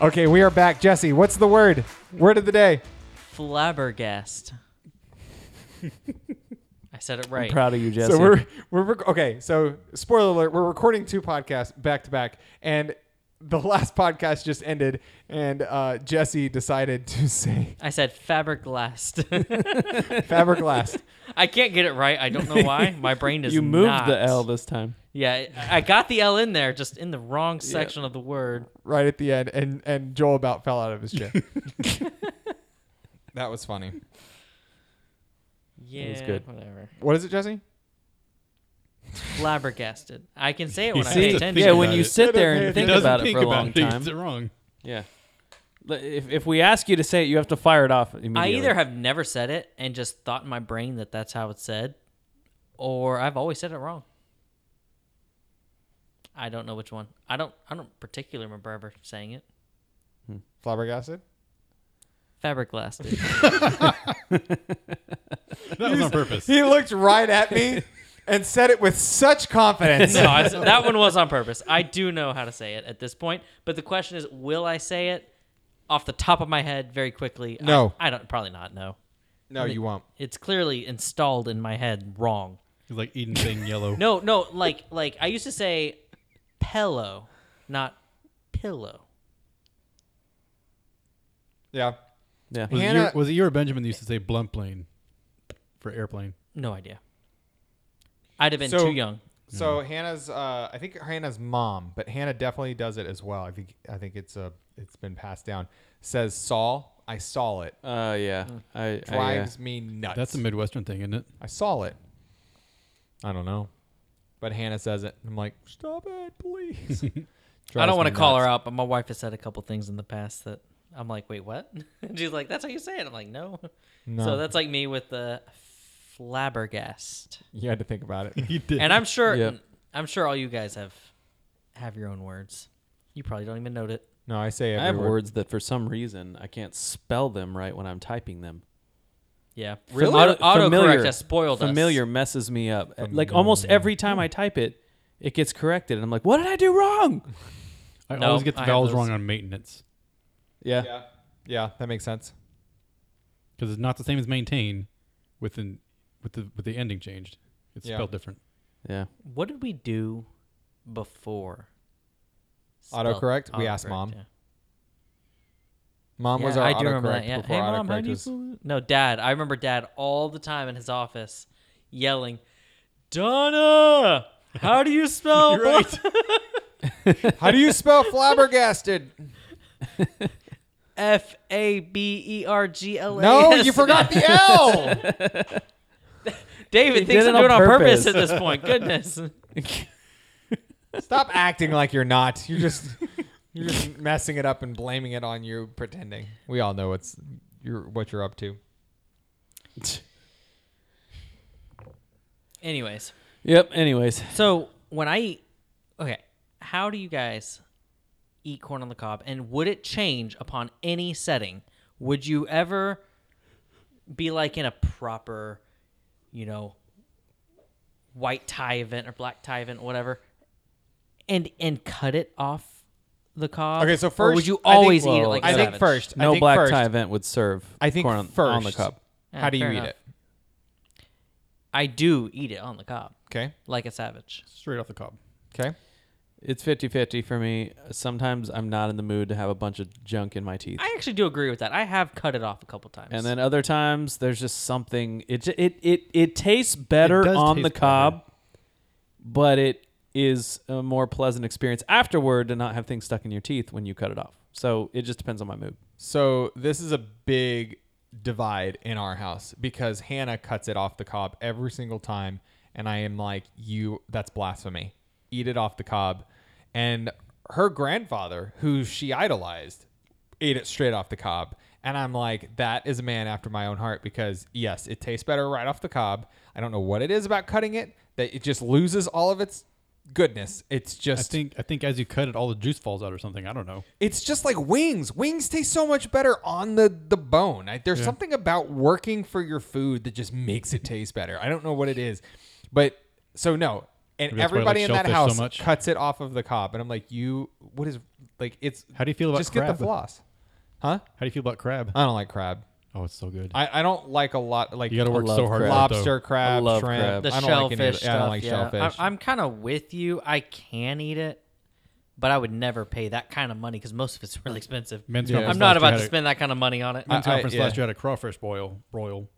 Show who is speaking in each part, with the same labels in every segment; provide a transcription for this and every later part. Speaker 1: Okay, we are back. Jesse, what's the word? Word of the day.
Speaker 2: Flabbergast. I said it right.
Speaker 3: Proud of you, Jesse.
Speaker 1: So we're we're rec- okay. So spoiler alert: we're recording two podcasts back to back, and the last podcast just ended, and uh, Jesse decided to say
Speaker 2: I said Faberglast.
Speaker 1: fabric last.
Speaker 2: I can't get it right. I don't know why. My brain is
Speaker 3: you moved
Speaker 2: not.
Speaker 3: the L this time.
Speaker 2: Yeah, I I got the L in there, just in the wrong section of the word.
Speaker 1: right at the end, and and Joel about fell out of his chair. that was funny.
Speaker 2: Yeah,
Speaker 3: was good.
Speaker 2: whatever.
Speaker 1: What is it, Jesse?
Speaker 2: Flabbergasted. I can say it when I
Speaker 3: See?
Speaker 2: pay
Speaker 4: to
Speaker 2: attention.
Speaker 4: think
Speaker 3: yeah, when
Speaker 4: about
Speaker 3: you
Speaker 4: it.
Speaker 3: sit there
Speaker 1: He
Speaker 3: and think
Speaker 4: doesn't
Speaker 3: about it
Speaker 4: think
Speaker 3: for a
Speaker 4: about
Speaker 3: long
Speaker 4: it, he
Speaker 3: time.
Speaker 4: gets it wrong.
Speaker 3: Yeah. L- If, if we ask you to say it, you have to fire it off immediately.
Speaker 2: I either have never said it and just thought in my brain that that's how it's said, or I've always said it wrong. I don't know which one. I don't. I don't particularly remember ever saying it.
Speaker 1: Flabbergasted.
Speaker 2: Faberglasted.
Speaker 4: That was on purpose.
Speaker 1: He looked right at me and said it with such confidence.
Speaker 2: no, I, that one was on purpose. I do know how to say it at this point, but the question is, will I say it off the top of my head very quickly? I-
Speaker 1: No.
Speaker 2: I, don't. Probably not. No,
Speaker 1: No, you won't.
Speaker 2: it's clearly installed in my head wrong.
Speaker 4: He's like eating thing yellow.
Speaker 2: No, no, like like I used to say, pillow, not pillow.
Speaker 1: Yeah.
Speaker 3: Yeah.
Speaker 4: Was, it
Speaker 1: Hannah-
Speaker 4: you, was it you or Benjamin that used to say blunt plane for airplane?
Speaker 2: No idea. I'd have been
Speaker 1: So-
Speaker 2: too young.
Speaker 1: So Hannah's, uh, I think Hannah's mom, but Hannah definitely does it as well. I think I think it's a it's been passed down. Says saw. I saw it.
Speaker 3: Uh, yeah. I, I, uh,
Speaker 1: Drives me nuts.
Speaker 4: That's a Midwestern thing, isn't it?
Speaker 1: I saw it. I don't know, but Hannah says it. I'm like, stop it, please.
Speaker 2: I don't
Speaker 1: Drives
Speaker 2: want to
Speaker 1: me
Speaker 2: call
Speaker 1: nuts.
Speaker 2: her out, but my wife has said a couple things in the past that I'm like, wait, what? And She's like, that's how you say it. I'm like, no.
Speaker 1: No.
Speaker 2: So that's like me with the flabbergast.
Speaker 1: You had to think about it.
Speaker 4: He did.
Speaker 2: And I'm sure,
Speaker 3: Yep.
Speaker 2: I'm sure all you guys have have your own words. You probably don't even know it.
Speaker 1: No, I say every
Speaker 3: I have
Speaker 1: word.
Speaker 3: words that for some reason I can't spell them right when I'm typing them.
Speaker 2: Yeah,
Speaker 3: Really?
Speaker 2: Auto,
Speaker 3: Familiar-
Speaker 2: autocorrect has spoiled
Speaker 3: Familiar
Speaker 2: us.
Speaker 3: messes me up. Like almost every time I type it, it gets corrected, and I'm like, "What did I do wrong?"
Speaker 4: I
Speaker 2: No,
Speaker 4: always
Speaker 2: I
Speaker 4: get the
Speaker 2: have
Speaker 4: vowels
Speaker 2: those.
Speaker 4: wrong on maintenance
Speaker 3: Yeah.
Speaker 1: Yeah. Yeah, that makes sense.
Speaker 4: because it's not the same as maintain with an with the with the ending changed. It's
Speaker 1: Yeah.
Speaker 4: spelled different.
Speaker 3: Yeah.
Speaker 2: What did we do before? spell-
Speaker 1: Autocorrect? We asked
Speaker 2: autocorrect,
Speaker 1: mom.
Speaker 2: yeah.
Speaker 1: Mom was
Speaker 2: Yeah,
Speaker 1: our
Speaker 2: I do remember
Speaker 1: autocorrect
Speaker 2: that. Yeah.
Speaker 1: before
Speaker 2: Hey, mom, how
Speaker 1: autocorrect
Speaker 2: do you
Speaker 1: was.
Speaker 2: spell it? No, dad. I remember dad all the time in his office yelling, Donna, how do you spell
Speaker 4: You're right.
Speaker 2: blah-
Speaker 1: How do you spell flabbergasted?
Speaker 2: F A B E R G L A?
Speaker 1: No,
Speaker 2: S."
Speaker 1: you forgot the L.
Speaker 2: David
Speaker 3: He
Speaker 2: thinks
Speaker 3: did
Speaker 2: I'm
Speaker 3: it on
Speaker 2: doing it on purpose.
Speaker 3: purpose.
Speaker 2: at this point. Goodness.
Speaker 1: Stop acting like you're not. You're just you're just messing it up and blaming it on you pretending. We all know what's you're what you're up to.
Speaker 2: Anyways,
Speaker 3: Yep. Anyways,
Speaker 2: so when I eat, okay, how do you guys eat corn on the cob? And would it change upon any setting? Would you ever be like in a proper, you know, white tie event or black tie event, whatever, and and cut it off the cob?
Speaker 1: Okay, so
Speaker 2: or
Speaker 1: first-
Speaker 2: would you
Speaker 1: I think-
Speaker 2: always eat it
Speaker 3: well,
Speaker 2: like
Speaker 1: I think
Speaker 2: savage?
Speaker 1: first. I
Speaker 3: no
Speaker 1: think
Speaker 3: black
Speaker 1: first,
Speaker 3: tie event would serve.
Speaker 1: I think
Speaker 3: corn on,
Speaker 1: first
Speaker 3: on the cup.
Speaker 2: Yeah,
Speaker 1: How do you
Speaker 2: fair
Speaker 1: eat
Speaker 2: enough.
Speaker 1: it?
Speaker 2: I do eat it on the cob
Speaker 1: Okay.
Speaker 2: like a savage.
Speaker 4: Straight off the cob.
Speaker 1: Okay.
Speaker 3: It's 50-50 for me. Sometimes I'm not in the mood to have a bunch of junk in my teeth.
Speaker 2: I actually do agree with that. I have cut it off a couple times.
Speaker 3: and then other times there's just something it j- it it, it tastes better
Speaker 4: It does
Speaker 3: on
Speaker 4: taste
Speaker 3: the cob but it is a more pleasant experience afterward to not have things stuck in your teeth when you cut it off so it just depends on my mood
Speaker 1: So this is a big divide in our house because Hannah cuts it off the cob every single time, and I am like, "You, that's blasphemy! Eat it off the cob." And her grandfather, who she idolized, ate it straight off the cob, and I'm like, "That is a man after my own heart." Because yes, it tastes better right off the cob. I don't know what it is about cutting it that it just loses all of its goodness. It's
Speaker 4: I
Speaker 1: just
Speaker 4: think I think as you cut it, all the juice falls out or something. I don't know.
Speaker 1: it's just like wings. Wings taste so much better on the the bone. I, there's something about working for your food that just makes it taste better. I don't know what it is, but so no, and
Speaker 4: Maybe that's why I like
Speaker 1: everybody in that
Speaker 4: shellfish so
Speaker 1: house
Speaker 4: much.
Speaker 1: cuts it off of the cob, and I'm like, you, what is like? It's
Speaker 4: How do you feel about
Speaker 1: just
Speaker 4: crab?
Speaker 1: get the Uh, floss, huh?
Speaker 4: How do you feel about crab?
Speaker 1: I don't like crab.
Speaker 4: Oh, it's so good.
Speaker 1: I, I don't like a lot like
Speaker 4: you got to work
Speaker 3: love
Speaker 4: so hard.
Speaker 3: crab.
Speaker 4: for it, though.
Speaker 1: lobster, crab,
Speaker 3: I love
Speaker 1: shrimp.
Speaker 3: crab.
Speaker 2: the
Speaker 1: I don't
Speaker 2: shellfish
Speaker 1: like any of it.
Speaker 2: stuff.
Speaker 1: I don't like
Speaker 2: yeah.
Speaker 1: shellfish.
Speaker 2: I, am kind of with you. I can eat it, but I would never pay that kind of money because most of it's really expensive.
Speaker 4: Men's
Speaker 1: Yeah.
Speaker 4: conference
Speaker 1: Just
Speaker 2: I'm not
Speaker 4: last
Speaker 2: about
Speaker 4: year
Speaker 2: to
Speaker 4: had a-
Speaker 2: spend that kind of money on it.
Speaker 1: I-
Speaker 4: Men's conference
Speaker 1: yeah.
Speaker 4: last year had a crawfish boil broil,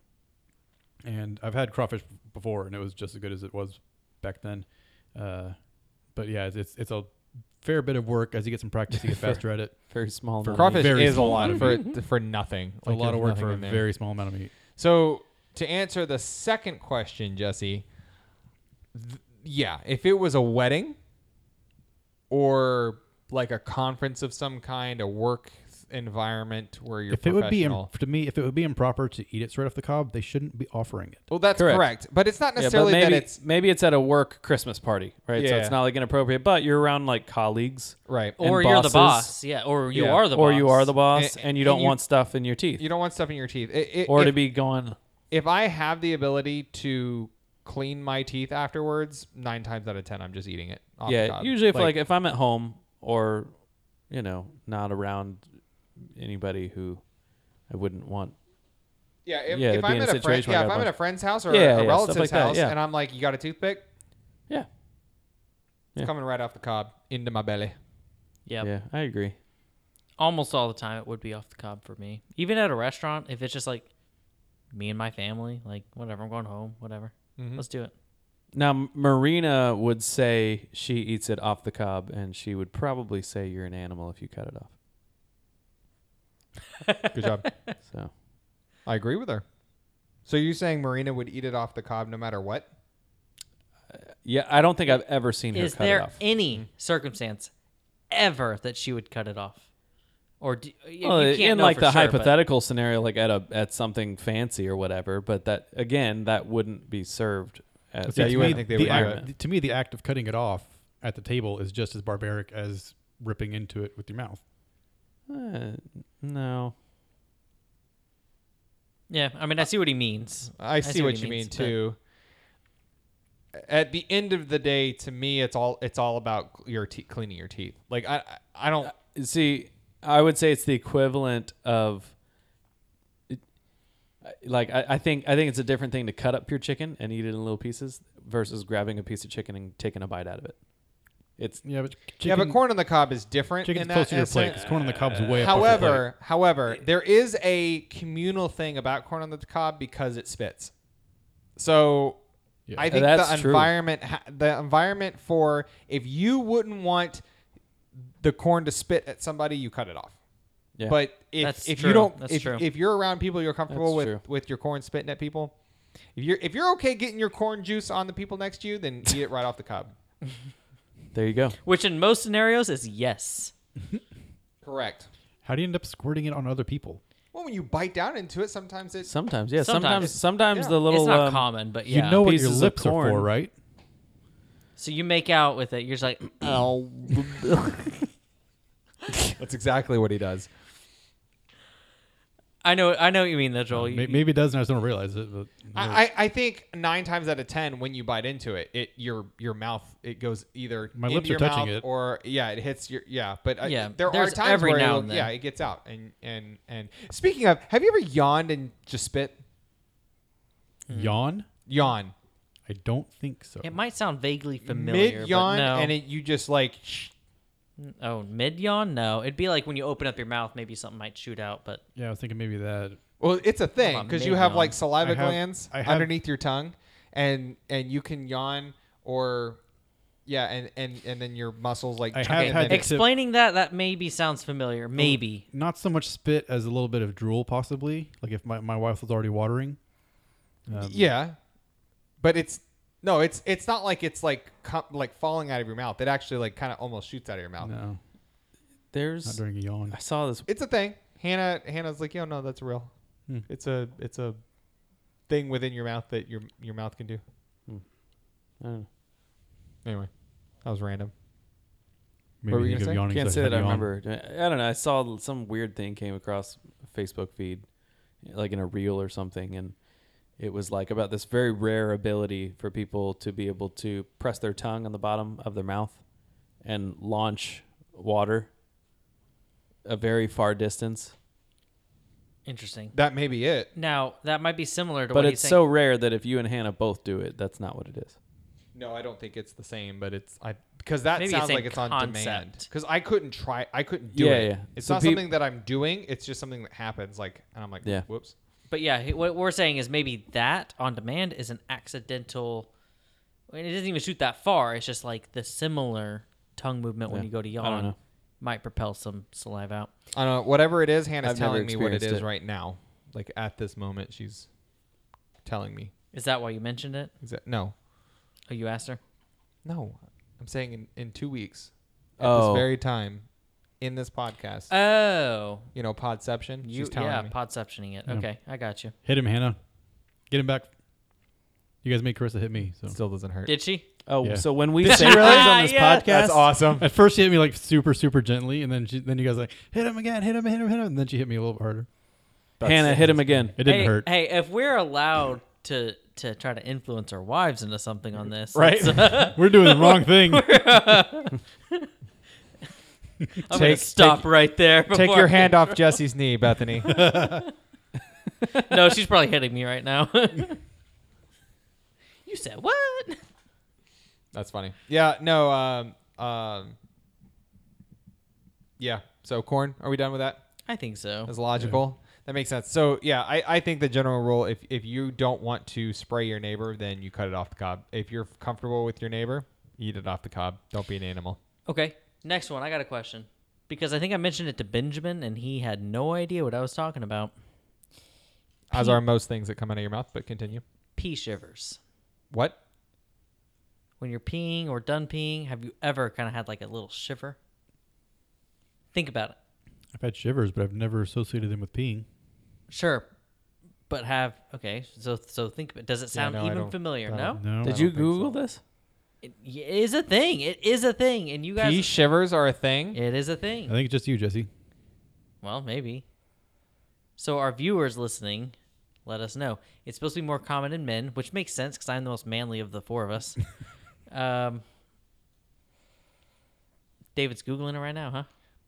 Speaker 4: and I've had crawfish before, and it was just as good as it was back then. Uh, but yeah, it's, it's it's a fair bit of work as you get some practice, you get faster at it.
Speaker 3: Very small.
Speaker 4: For
Speaker 3: number.
Speaker 1: Crawfish
Speaker 4: Very
Speaker 1: is a
Speaker 4: small
Speaker 1: lot for
Speaker 4: amount
Speaker 1: for nothing.
Speaker 4: It's a lot of work for a
Speaker 1: very.
Speaker 4: very small amount of meat.
Speaker 1: So to answer the second question, Jesse, th- yeah, if it was a wedding or like a conference of some kind, a work th- environment where you're
Speaker 4: if it would be
Speaker 1: professional.
Speaker 4: to me, if it would be improper to eat it straight off the cob, they shouldn't be offering it.
Speaker 1: well, that's correct.
Speaker 3: Correct.
Speaker 1: but it's not
Speaker 3: Yeah,
Speaker 1: necessarily
Speaker 3: but maybe
Speaker 1: that it's
Speaker 3: maybe it's at a work Christmas party, right? So
Speaker 1: Yeah.
Speaker 3: it's not like inappropriate, but you're around like colleagues,
Speaker 1: right.
Speaker 3: and
Speaker 2: or you're the
Speaker 3: bosses.
Speaker 2: boss. Yeah. Or you
Speaker 1: Yeah.
Speaker 2: are the boss.
Speaker 3: or you are the boss,
Speaker 1: And-
Speaker 3: and, you
Speaker 1: and
Speaker 3: don't
Speaker 1: you-
Speaker 3: want stuff in your teeth,
Speaker 1: You don't want stuff in your teeth. It, it,
Speaker 3: or
Speaker 1: if,
Speaker 3: to be going.
Speaker 1: if I have the ability to clean my teeth afterwards, nine times out of ten, I'm just eating it. Off the
Speaker 3: yeah,
Speaker 1: cob.
Speaker 3: usually if like, if I'm at home or you know not around anybody who I wouldn't want.
Speaker 1: Yeah, if,
Speaker 3: Yeah,
Speaker 1: if
Speaker 3: it'd be
Speaker 1: I'm
Speaker 3: in a
Speaker 1: at a friend,
Speaker 3: situation where I
Speaker 1: yeah, if
Speaker 3: got a
Speaker 1: I'm at a
Speaker 3: bunch-
Speaker 1: friend's house or
Speaker 3: Yeah, yeah,
Speaker 1: a
Speaker 3: stuff
Speaker 1: relative's
Speaker 3: like that,
Speaker 1: house,
Speaker 3: yeah.
Speaker 1: and I'm like, "You got a toothpick?
Speaker 3: Yeah,
Speaker 1: It's
Speaker 3: Yeah.
Speaker 1: coming right off the cob into my belly."
Speaker 2: Yep.
Speaker 3: yeah, I agree.
Speaker 2: Almost all the time, it would be off the cob for me. Even at a restaurant, if it's just like me and my family, like whatever, I'm going home, whatever.
Speaker 1: Mm-hmm.
Speaker 2: Let's do it.
Speaker 3: Now M- Marina would say she eats it off the cob, and she would probably say you're an animal if you cut it off.
Speaker 1: Good job.
Speaker 3: So
Speaker 1: I agree with her. So you're saying Marina would eat it off the cob no matter what?
Speaker 3: yeah, I don't think I've ever seen her
Speaker 2: Is
Speaker 3: cut it
Speaker 2: there
Speaker 3: off. Mm-hmm.
Speaker 2: any circumstance ever that she would cut it off? Or do, you,
Speaker 3: Well,
Speaker 2: you can't
Speaker 3: in
Speaker 2: know
Speaker 3: like
Speaker 2: for
Speaker 3: the
Speaker 2: sure, but-
Speaker 3: hypothetical scenario, like at a at something fancy or whatever, but that again, that wouldn't be served. At,
Speaker 1: Yeah,
Speaker 4: to
Speaker 1: you
Speaker 4: me,
Speaker 1: wouldn't think they would
Speaker 4: the
Speaker 1: do
Speaker 4: act- To me, the act of cutting it off at the table is just as barbaric as ripping into it with your mouth.
Speaker 3: Uh, no,
Speaker 2: Yeah, I mean, I see what he means.
Speaker 1: I, see, what, you
Speaker 2: he
Speaker 1: mean
Speaker 2: means, but-
Speaker 1: too. At the end of the day, to me, it's all it's all about your te- cleaning your teeth. Like I I- I
Speaker 4: Uh,
Speaker 1: don't
Speaker 3: see, I would say it's the equivalent of, like I, I think I think it's a different thing to cut up your chicken and eat it in little pieces versus grabbing a piece of chicken and taking a bite out of it. It's
Speaker 4: Yeah, but chicken,
Speaker 1: yeah, but corn on the cob is different.
Speaker 4: chicken's
Speaker 1: in that
Speaker 4: close to your plate
Speaker 1: essence. uh,
Speaker 4: because corn on the cob's way up. off your plate.
Speaker 1: However, however, there is a communal thing about corn on the cob because it spits. So
Speaker 4: Yeah.
Speaker 1: I think
Speaker 3: That's
Speaker 1: the
Speaker 3: true.
Speaker 1: environment, ha- the environment for if you wouldn't want the corn to spit at somebody, you cut it off.
Speaker 3: Yeah.
Speaker 1: But if,
Speaker 2: That's
Speaker 1: if
Speaker 2: true.
Speaker 1: you don't,
Speaker 2: That's
Speaker 1: if,
Speaker 2: true.
Speaker 1: if you're around people you're comfortable with,
Speaker 3: That's true.
Speaker 1: with your corn spitting at people, if you're if you're okay getting your corn juice on the people next to you, then eat it right off the cob.
Speaker 3: there you go.
Speaker 2: Which in most scenarios is yes.
Speaker 1: Correct.
Speaker 4: how do you end up squirting it on other people?
Speaker 1: Well, when you bite down into it, sometimes it's
Speaker 3: Sometimes, yeah,
Speaker 2: Sometimes.
Speaker 3: sometimes,
Speaker 2: It's-
Speaker 3: sometimes
Speaker 1: yeah.
Speaker 3: the little
Speaker 2: it's not
Speaker 3: um,
Speaker 2: common, but yeah.
Speaker 4: You know what your
Speaker 3: Pieces of
Speaker 4: lips are for,
Speaker 3: corn.
Speaker 4: right?
Speaker 2: So you make out with it. You're just like,
Speaker 3: Oh,
Speaker 1: that's exactly what he does.
Speaker 2: I know, I know what you mean,
Speaker 3: Uh,
Speaker 2: though, Joel. You-
Speaker 4: May- Maybe it does, and I just don't realize it. But
Speaker 1: I, I I think nine times out of ten, when you bite into it, it your your mouth it goes either
Speaker 4: My
Speaker 1: into
Speaker 4: lips are
Speaker 1: your
Speaker 4: touching
Speaker 1: mouth
Speaker 4: it.
Speaker 1: or yeah, it hits your yeah. But uh,
Speaker 2: Yeah,
Speaker 1: there are
Speaker 2: there's
Speaker 1: times
Speaker 2: every
Speaker 1: where
Speaker 2: now
Speaker 1: it'll-
Speaker 2: and then.
Speaker 1: yeah, it gets out. And and and speaking of, have you ever yawned and just spit?
Speaker 4: yawn?
Speaker 1: Yawn
Speaker 4: I don't think so.
Speaker 2: it might sound vaguely familiar.
Speaker 1: mid yawn,
Speaker 2: but no.
Speaker 1: and it, you just like
Speaker 2: oh, mid yawn? No. It'd be like when you open up your mouth, maybe something might shoot out, but
Speaker 4: Yeah, I was thinking maybe that.
Speaker 1: well, it's a thing
Speaker 2: on,
Speaker 1: because
Speaker 2: mid
Speaker 1: you have
Speaker 2: yawn.
Speaker 1: like saliva
Speaker 4: I have-
Speaker 1: glands
Speaker 4: I have-
Speaker 1: underneath your tongue, and and you can yawn or yeah, and and and then your muscles like
Speaker 4: I
Speaker 1: and
Speaker 4: have had
Speaker 1: then-
Speaker 4: to-
Speaker 2: explaining that, that maybe sounds familiar. Maybe.
Speaker 4: Not so much spit as a little bit of drool, possibly. Like if my, my wife was already watering. Um,
Speaker 1: Yeah, but it's no, it's it's not like it's like com- like falling out of your mouth. It actually like kind of almost shoots out of your mouth.
Speaker 4: No, not
Speaker 3: there's.
Speaker 4: during a yawn.
Speaker 3: I saw this.
Speaker 1: It's a thing. Hannah Hannah's like, yo, no, that's real.
Speaker 4: Hmm.
Speaker 1: It's a it's a thing within your mouth that your your mouth can do.
Speaker 3: I don't know.
Speaker 1: Anyway, that was random.
Speaker 4: Maybe
Speaker 1: were you
Speaker 4: think
Speaker 1: gonna
Speaker 4: of
Speaker 1: say?
Speaker 4: yawning
Speaker 3: Can't
Speaker 4: as
Speaker 3: say
Speaker 4: I
Speaker 3: that I
Speaker 4: yawn.
Speaker 3: remember. I don't know. I saw some weird thing came across a Facebook feed, like in a reel or something, and It was like about this very rare ability for people to be able to press their tongue on the bottom of their mouth and launch water a very far distance.
Speaker 2: Interesting.
Speaker 1: That may be it.
Speaker 2: Now that might be similar to
Speaker 3: Mm-hmm. But
Speaker 2: what
Speaker 3: it's
Speaker 2: he's
Speaker 3: so rare that if you and Hannah both do it, that's not what it is.
Speaker 1: No, I don't think it's the same, but it's I because that
Speaker 2: Maybe it's
Speaker 1: sounds
Speaker 2: same
Speaker 1: like it's on demand.
Speaker 2: concept.
Speaker 1: Because I couldn't try, I couldn't do
Speaker 3: Yeah,
Speaker 1: it.
Speaker 3: yeah.
Speaker 1: It's
Speaker 3: So
Speaker 1: not
Speaker 3: peop-
Speaker 1: something that I'm doing. It's just something that happens. Like, and I'm like,
Speaker 3: Yeah.
Speaker 1: whoops.
Speaker 2: But yeah, he- what we're saying is maybe that on demand is an accidental. I mean, it doesn't even shoot that far. It's just like the similar tongue movement when
Speaker 3: Yeah.
Speaker 2: you go to
Speaker 3: I don't
Speaker 2: yawn
Speaker 3: know.
Speaker 2: might propel some saliva out.
Speaker 1: I don't know. Whatever it is, Hannah's
Speaker 3: I've never
Speaker 1: telling me what it is
Speaker 3: experienced it.
Speaker 1: right now. Like at this moment, she's telling me.
Speaker 2: Is that why you mentioned it?
Speaker 1: Is that- no,
Speaker 2: Oh, you asked her.
Speaker 1: no. I'm saying in, in two weeks, at
Speaker 3: Oh.
Speaker 1: this very time, in this podcast,
Speaker 2: Oh,
Speaker 1: you know, Podception.
Speaker 2: you
Speaker 1: she's telling
Speaker 2: yeah,
Speaker 1: me.
Speaker 2: podceptioning it.
Speaker 4: Yeah.
Speaker 2: Okay, I got you.
Speaker 4: Hit him, Hannah. Get him back. You guys made Carissa hit me. So
Speaker 1: Still doesn't hurt.
Speaker 2: Did she?
Speaker 3: Oh,
Speaker 4: Yeah.
Speaker 3: so when we say things on this
Speaker 2: Yeah.
Speaker 3: podcast,
Speaker 1: That's awesome.
Speaker 4: at first she hit me like super super gently, and then she, then you guys were like hit him again, hit him, hit him, hit him, and then she hit me a little bit harder.
Speaker 3: Hannah hit him again.
Speaker 4: It didn't
Speaker 2: hey,
Speaker 4: hurt.
Speaker 2: Hey, if we're allowed to to try to influence our wives into something on this,
Speaker 4: Right?
Speaker 2: let's, uh,
Speaker 4: We're doing the wrong thing.
Speaker 2: I'm gonna
Speaker 1: Take-
Speaker 2: stop right there.
Speaker 1: Take
Speaker 2: before-
Speaker 1: your hand off Jesse's knee, Bethany.
Speaker 2: no, she's probably hitting me right now. you said what?
Speaker 1: That's funny. Yeah, no, um, um, yeah. So corn, are we done with that?
Speaker 2: I think so.
Speaker 1: That's logical. That makes sense. So yeah, I, I think the general rule if if you don't want to spray your neighbor, then you cut it off the cob. If you're comfortable with your neighbor, eat it off the cob. Don't be an animal.
Speaker 2: Okay, next one. I got a question because I think I mentioned it to Benjamin and he had no idea what I was talking about.
Speaker 1: As are most things that come out of your mouth, but continue.
Speaker 2: Pee shivers.
Speaker 1: What?
Speaker 2: When you're peeing or done peeing, have you ever kind of had like a little shiver? Think about it.
Speaker 4: I've had shivers, but I've never associated them with peeing.
Speaker 2: Sure, but have okay. So so think. Does it sound
Speaker 1: no, I
Speaker 2: even
Speaker 1: don't-
Speaker 2: familiar?
Speaker 1: I
Speaker 2: No,
Speaker 1: don't-
Speaker 4: No.
Speaker 3: Did
Speaker 1: I
Speaker 3: you
Speaker 1: don't think so.
Speaker 3: Google this?
Speaker 2: it it is a thing. It is a thing, and you guys.
Speaker 1: Pea shivers are a thing.
Speaker 2: It is a
Speaker 4: I
Speaker 2: thing.
Speaker 4: think it's just you, Jesse.
Speaker 2: Well, maybe. So our viewers listening, let us know. It's supposed to be more common in men, which makes sense because I'm the most manly of the four of us. um, David's googling it right now, huh?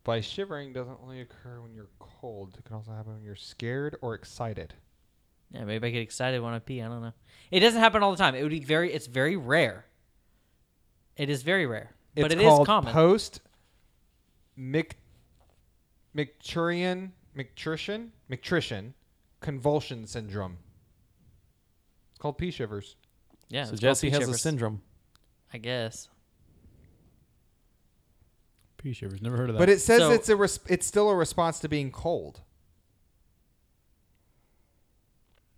Speaker 1: By shivering doesn't only occur when you're cold. It can also happen when you're scared or excited.
Speaker 2: Yeah, maybe I get excited when I pee. I don't know. It doesn't happen all the time. It would be very. It's very rare. It is very rare, but
Speaker 1: it's
Speaker 2: it
Speaker 1: called
Speaker 2: is common.
Speaker 1: Post Mc McTurian McTrician McTrician convulsion syndrome. It's called pea shivers.
Speaker 2: yeah,
Speaker 3: so
Speaker 2: it's called
Speaker 3: Jesse
Speaker 2: pee
Speaker 3: has a
Speaker 2: shivers,
Speaker 3: syndrome.
Speaker 2: I guess.
Speaker 4: Pee shivers. Never heard of that.
Speaker 1: But it says
Speaker 2: So-
Speaker 1: it's a res- it's still a response to being cold.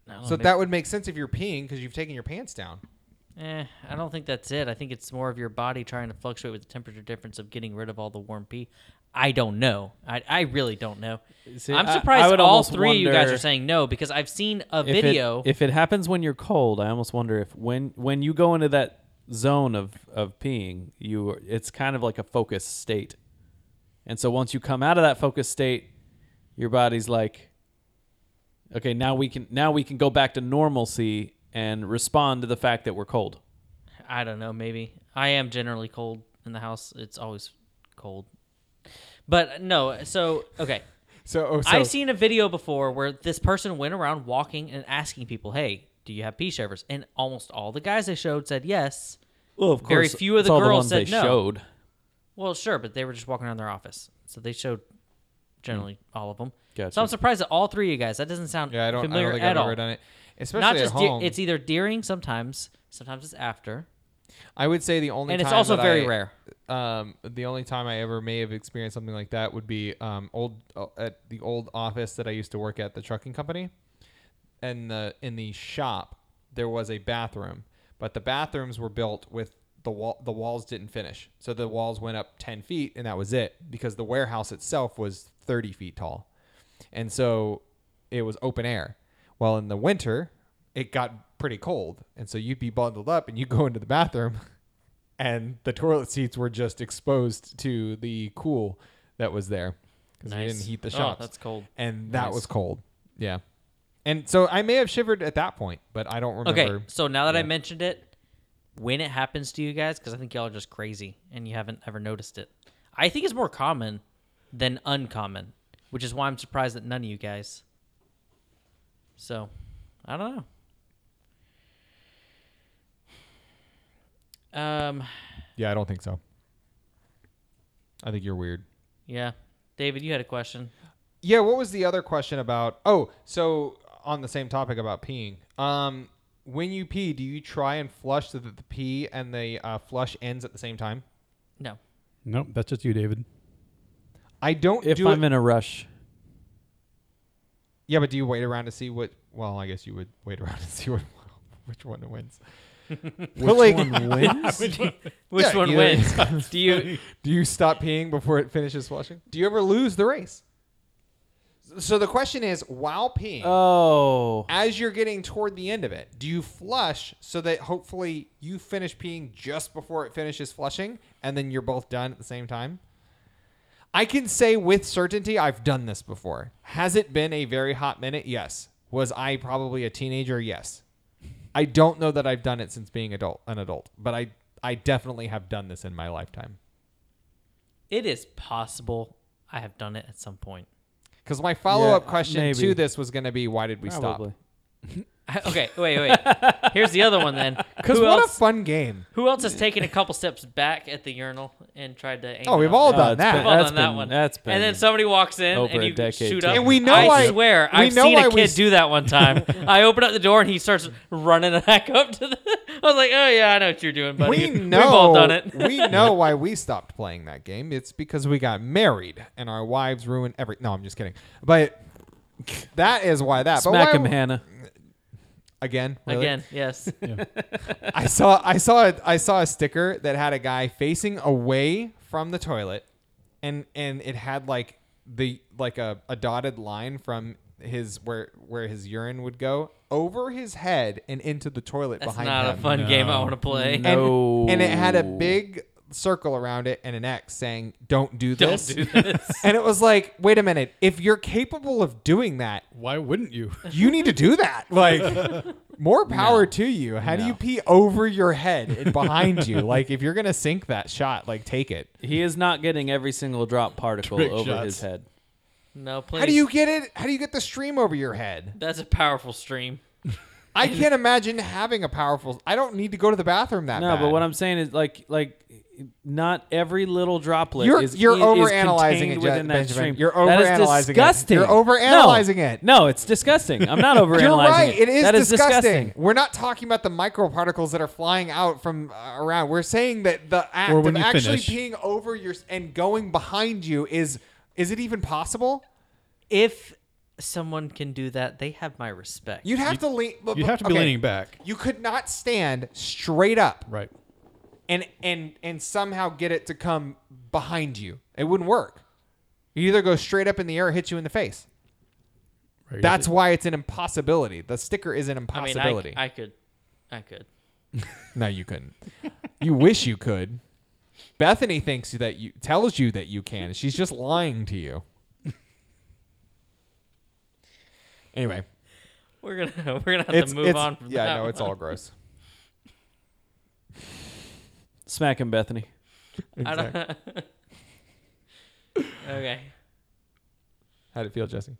Speaker 2: I don't know,
Speaker 1: So
Speaker 2: maybe-
Speaker 1: that would make sense if you're peeing because you've taken your pants down.
Speaker 2: Eh, I don't think that's it. I think it's more of your body trying to fluctuate with the temperature difference of getting rid of all the warm pee. I don't know. I, I really don't know.
Speaker 3: See,
Speaker 2: I'm
Speaker 3: I-
Speaker 2: surprised
Speaker 3: I would
Speaker 2: all
Speaker 3: almost
Speaker 2: three of you guys
Speaker 3: wonder
Speaker 2: are saying no because I've seen a
Speaker 3: If it-
Speaker 2: video.
Speaker 3: If it, happens when you're cold, I almost wonder if when when you go into that zone of of peeing, you are- it's kind of like a focused state, and so once you come out of that focused state, your body's like, okay, now we can now we can go back to normalcy and respond to the fact that we're cold.
Speaker 2: I don't know. Maybe I am generally cold in the house. It's always cold. But no. So okay.
Speaker 1: So, oh, so
Speaker 2: I've seen a video before where this person went around walking and asking people, "Hey, do you have pee shivers?" And almost all the guys they showed said yes.
Speaker 3: Well, of
Speaker 2: Very course, few of
Speaker 3: it's
Speaker 2: the
Speaker 3: all
Speaker 2: girls
Speaker 3: ones
Speaker 2: said
Speaker 3: they
Speaker 2: no.
Speaker 3: showed.
Speaker 2: Well, sure, but they were just walking around their office, so they showed generally all of them. So I'm
Speaker 3: Gotcha.
Speaker 2: surprised at all three of you guys. That doesn't sound
Speaker 1: Hmm. yeah, I don't, I
Speaker 2: familiar
Speaker 1: don't think
Speaker 2: at
Speaker 1: I've
Speaker 2: all.
Speaker 1: ever done it. Especially
Speaker 2: Not
Speaker 1: at
Speaker 2: just de-
Speaker 1: home.
Speaker 2: it's either during sometimes, sometimes it's after,
Speaker 1: I would say the only
Speaker 2: and it's
Speaker 1: time
Speaker 2: also
Speaker 1: that
Speaker 2: very
Speaker 1: I-
Speaker 2: rare.
Speaker 1: um, the only time I ever may have experienced something like that would be um, old uh, at the old office that I used to work at, the trucking company, and the in the shop there was a bathroom, but the bathrooms were built with the wall. The walls didn't finish, so the walls went up ten feet, and that was it because the warehouse itself was thirty feet tall, and so it was open air. Well, in the winter, it got pretty cold, and so you'd be bundled up, and you go into the bathroom. and the toilet seats were just exposed to the cool that was there because we
Speaker 2: Nice.
Speaker 1: didn't heat the
Speaker 2: Oh,
Speaker 1: shops.
Speaker 2: that's cold.
Speaker 1: And that
Speaker 3: Nice.
Speaker 1: was cold. Yeah. And so I may have shivered at that point, but I don't remember.
Speaker 2: Okay, so now that I
Speaker 1: Yeah.
Speaker 2: mentioned it, when it happens to you guys, because I think y'all are just crazy and you haven't ever noticed it. I think it's more common than uncommon, which is why I'm surprised that none of you guys. So, I don't know. Um,
Speaker 1: Yeah, I don't think so. I think you're weird.
Speaker 2: yeah, David, you had a question.
Speaker 1: Yeah, what was the other question about? Oh, so on the same topic about peeing. Um, when you pee, do you try and flush so that the pee and the uh, flush ends at the same time?
Speaker 2: No,
Speaker 4: Nope, that's just you, David.
Speaker 1: I don't
Speaker 3: If
Speaker 1: do
Speaker 3: I'm
Speaker 1: it.
Speaker 3: in a rush,
Speaker 1: yeah, but do you wait around to see what? Well, I guess you would wait around to see what, which one wins. But, like,
Speaker 3: one wins.
Speaker 2: which
Speaker 1: Yeah,
Speaker 2: one
Speaker 1: either-
Speaker 2: wins? Do you?
Speaker 1: Do you stop peeing before it finishes flushing? Do you ever lose the race? So the question is, while peeing,
Speaker 3: Oh,
Speaker 1: as you're getting toward the end of it, do you flush so that hopefully you finish peeing just before it finishes flushing and then you're both done at the same time? I can say with certainty I've done this before. Has it been a very hot minute? Yes. Was I probably a teenager? Yes. I don't know that I've done it since being adult an adult, but I I definitely have done this in my lifetime.
Speaker 2: It is possible. I have done it at some point.
Speaker 1: Because my follow up
Speaker 3: Yeah,
Speaker 1: question
Speaker 3: maybe.
Speaker 1: to this was going to be why did we
Speaker 3: probably.
Speaker 1: stop?
Speaker 2: I- okay, wait, wait. Here's the other one then.
Speaker 1: Because
Speaker 2: Who
Speaker 1: what
Speaker 2: else?
Speaker 1: a fun game.
Speaker 2: who else has taken a couple steps back at the urinal and tried to? Aim
Speaker 1: Oh,
Speaker 2: it
Speaker 1: we've
Speaker 2: up?
Speaker 1: all
Speaker 3: Oh,
Speaker 1: done
Speaker 3: it's
Speaker 1: that.
Speaker 3: been-
Speaker 2: We've all
Speaker 3: that's
Speaker 2: done that
Speaker 3: been-
Speaker 2: one.
Speaker 3: that's
Speaker 2: and then
Speaker 3: been
Speaker 2: somebody walks in
Speaker 3: over
Speaker 2: and
Speaker 3: a
Speaker 2: you
Speaker 3: decade,
Speaker 2: shoot
Speaker 3: too.
Speaker 2: up.
Speaker 3: And
Speaker 1: we know
Speaker 2: I
Speaker 1: why-
Speaker 2: swear,
Speaker 1: we
Speaker 2: I've
Speaker 1: know
Speaker 2: seen
Speaker 1: why
Speaker 2: a
Speaker 1: we
Speaker 2: kid
Speaker 1: s-
Speaker 2: do that one time. I open up the door and he starts running back up to the. I was like, oh yeah, I know what you're doing, buddy.
Speaker 1: we know
Speaker 2: We've all done it.
Speaker 1: we know why we stopped playing that game. It's because we got married and our wives ruined every. No, I'm just kidding. But that is why that. But
Speaker 3: Smack
Speaker 1: why-
Speaker 3: him, Hannah.
Speaker 1: again. really?
Speaker 2: Again, yes.
Speaker 1: I saw I saw a, I saw a sticker that had a guy facing away from the toilet, and and it had like the like a, a dotted line from his where where his urine would go over his head and into the toilet
Speaker 2: That's
Speaker 1: behind
Speaker 2: not
Speaker 1: him.
Speaker 2: a fun game I
Speaker 4: No.
Speaker 2: want to play.
Speaker 3: No.
Speaker 1: And, and it had a big circle around it and an X saying, "Don't do
Speaker 2: Don't
Speaker 1: this."
Speaker 2: do this.
Speaker 1: and it was like, wait a minute, if you're capable of doing that,
Speaker 4: Why wouldn't you?
Speaker 1: you need to do that. Like more power to you. How do
Speaker 3: No.
Speaker 1: you pee over your head and behind you? Like if you're gonna sink that shot, like take it.
Speaker 3: He is not getting every single drop particle
Speaker 4: Trick
Speaker 3: over
Speaker 4: shots.
Speaker 3: his head.
Speaker 2: No, please.
Speaker 1: How do you get it? How do you get the stream over your head?
Speaker 2: That's a powerful stream.
Speaker 1: I can't imagine having a powerful. I don't need to go to the bathroom that
Speaker 3: No,
Speaker 1: bad.
Speaker 3: but what I'm saying is like like not every little droplet
Speaker 1: You're-
Speaker 3: is
Speaker 1: you're
Speaker 3: is
Speaker 1: overanalyzing
Speaker 3: contained
Speaker 1: it, Je-
Speaker 3: within that
Speaker 1: Benjamin.
Speaker 3: stream.
Speaker 1: You're
Speaker 3: That is
Speaker 1: overanalyzing it.
Speaker 3: disgusting.
Speaker 1: You're overanalyzing it.
Speaker 3: No, no, it's disgusting. I'm not overanalyzing
Speaker 1: You're right. It
Speaker 3: it.
Speaker 1: is,
Speaker 3: That
Speaker 1: disgusting. We're not talking about the microparticles that are flying out from uh, around. We're saying that the act
Speaker 4: Or when
Speaker 1: of
Speaker 4: you
Speaker 1: actually
Speaker 4: finish.
Speaker 1: peeing over your s- and going behind you is is it even possible?
Speaker 2: If someone can do that, they have my respect.
Speaker 1: You'd have to lean. but-
Speaker 4: You'd
Speaker 1: but-
Speaker 4: have to be
Speaker 1: okay.
Speaker 4: leaning back.
Speaker 1: You could not stand straight up
Speaker 4: Right.
Speaker 1: and and and somehow get it to come behind you. It wouldn't work. You either go straight up in the air or hit you in the face.
Speaker 4: right.
Speaker 1: That's why it's an impossibility. The sticker is an
Speaker 2: I mean,
Speaker 1: impossibility.
Speaker 2: I, I could, I could.
Speaker 1: No, you couldn't. you wish you could. Bethany thinks that you tells you that you can. She's just lying to you. Anyway,
Speaker 2: We're gonna, we're gonna have
Speaker 1: it's,
Speaker 2: to move
Speaker 1: it's-
Speaker 2: on. From
Speaker 1: yeah,
Speaker 2: that
Speaker 1: no, it's
Speaker 2: one.
Speaker 1: all gross.
Speaker 3: Smack him, Bethany.
Speaker 2: I don't- okay,
Speaker 1: How'd it feel, Jesse?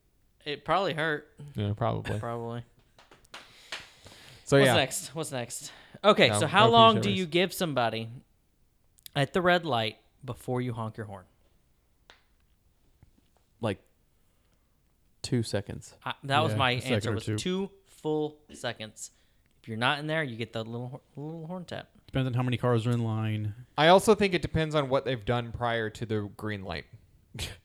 Speaker 2: it probably hurt.
Speaker 1: Yeah, probably.
Speaker 2: Probably.
Speaker 1: So
Speaker 2: What's
Speaker 1: Eh. yeah,
Speaker 2: next? What's next? Okay,
Speaker 1: No,
Speaker 2: so how
Speaker 1: no
Speaker 2: long
Speaker 1: future
Speaker 2: do
Speaker 1: race.
Speaker 2: you give somebody at the red light before you honk your horn?
Speaker 3: Like two seconds.
Speaker 2: I, that was
Speaker 4: Yeah,
Speaker 2: my
Speaker 4: a second
Speaker 2: answer.
Speaker 4: or
Speaker 2: Was two.
Speaker 4: two.
Speaker 2: full seconds. If you're not in there, you get the little hor- little horn tap.
Speaker 4: Depends on how many cars are in line.
Speaker 1: I also think it depends on what they've done prior to the green light.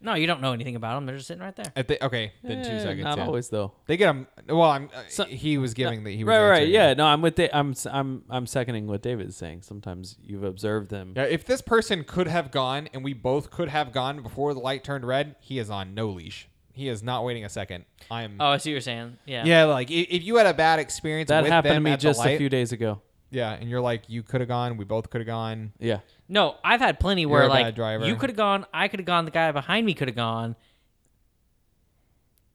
Speaker 2: No, you don't know anything about them. They're just sitting right there.
Speaker 1: At the okay, then
Speaker 3: Eh,
Speaker 1: two seconds.
Speaker 3: Not
Speaker 1: yeah.
Speaker 3: always though.
Speaker 1: They get him. Well, I'm. Uh,
Speaker 3: So-
Speaker 1: he was giving the. He was
Speaker 3: right, right.
Speaker 1: answering.
Speaker 3: Yeah. No, I'm with. Da- I'm. s- I'm. I'm seconding what David is saying. Sometimes you've observed them.
Speaker 1: Yeah, if this person could have gone and we both could have gone before the light turned red, he is on no leash. He is not waiting a second. I'm.
Speaker 2: Oh, I see what you're saying. Yeah.
Speaker 1: yeah, like i- if you had a bad experience
Speaker 3: that
Speaker 1: with
Speaker 3: happened to
Speaker 1: them
Speaker 3: me
Speaker 1: at the
Speaker 3: just a
Speaker 1: light-
Speaker 3: few days ago.
Speaker 1: Yeah, and you're like, you could have gone. We both could have gone.
Speaker 3: Yeah.
Speaker 2: No, I've had plenty where
Speaker 1: a bad
Speaker 2: like
Speaker 1: driver.
Speaker 2: you could have gone, I could have gone, the guy behind me could have gone,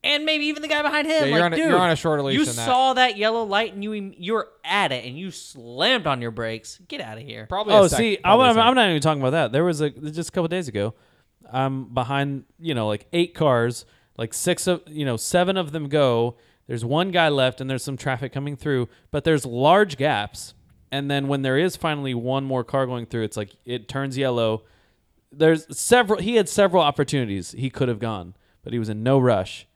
Speaker 2: and maybe even the guy behind him.
Speaker 1: Yeah, you're
Speaker 2: like,
Speaker 1: on a-
Speaker 2: dude,
Speaker 1: you're on a shorter leash
Speaker 2: You
Speaker 1: than that.
Speaker 2: saw that. yellow light and you em- you were at it and you slammed on your brakes. Get out of here.
Speaker 1: Probably.
Speaker 3: Oh,
Speaker 1: a sec-
Speaker 3: see, I'm,
Speaker 1: probably a
Speaker 3: I'm,
Speaker 1: sec-
Speaker 3: I'm not even talking about that. There was a just a couple days ago. I'm behind, you know, like eight cars, like six of, you know, seven of them go. There's one guy left, and there's some traffic coming through, but there's large gaps. And then when there is finally one more car going through, it's like it turns yellow. There's several. He had several opportunities he could have gone, but he was in no rush,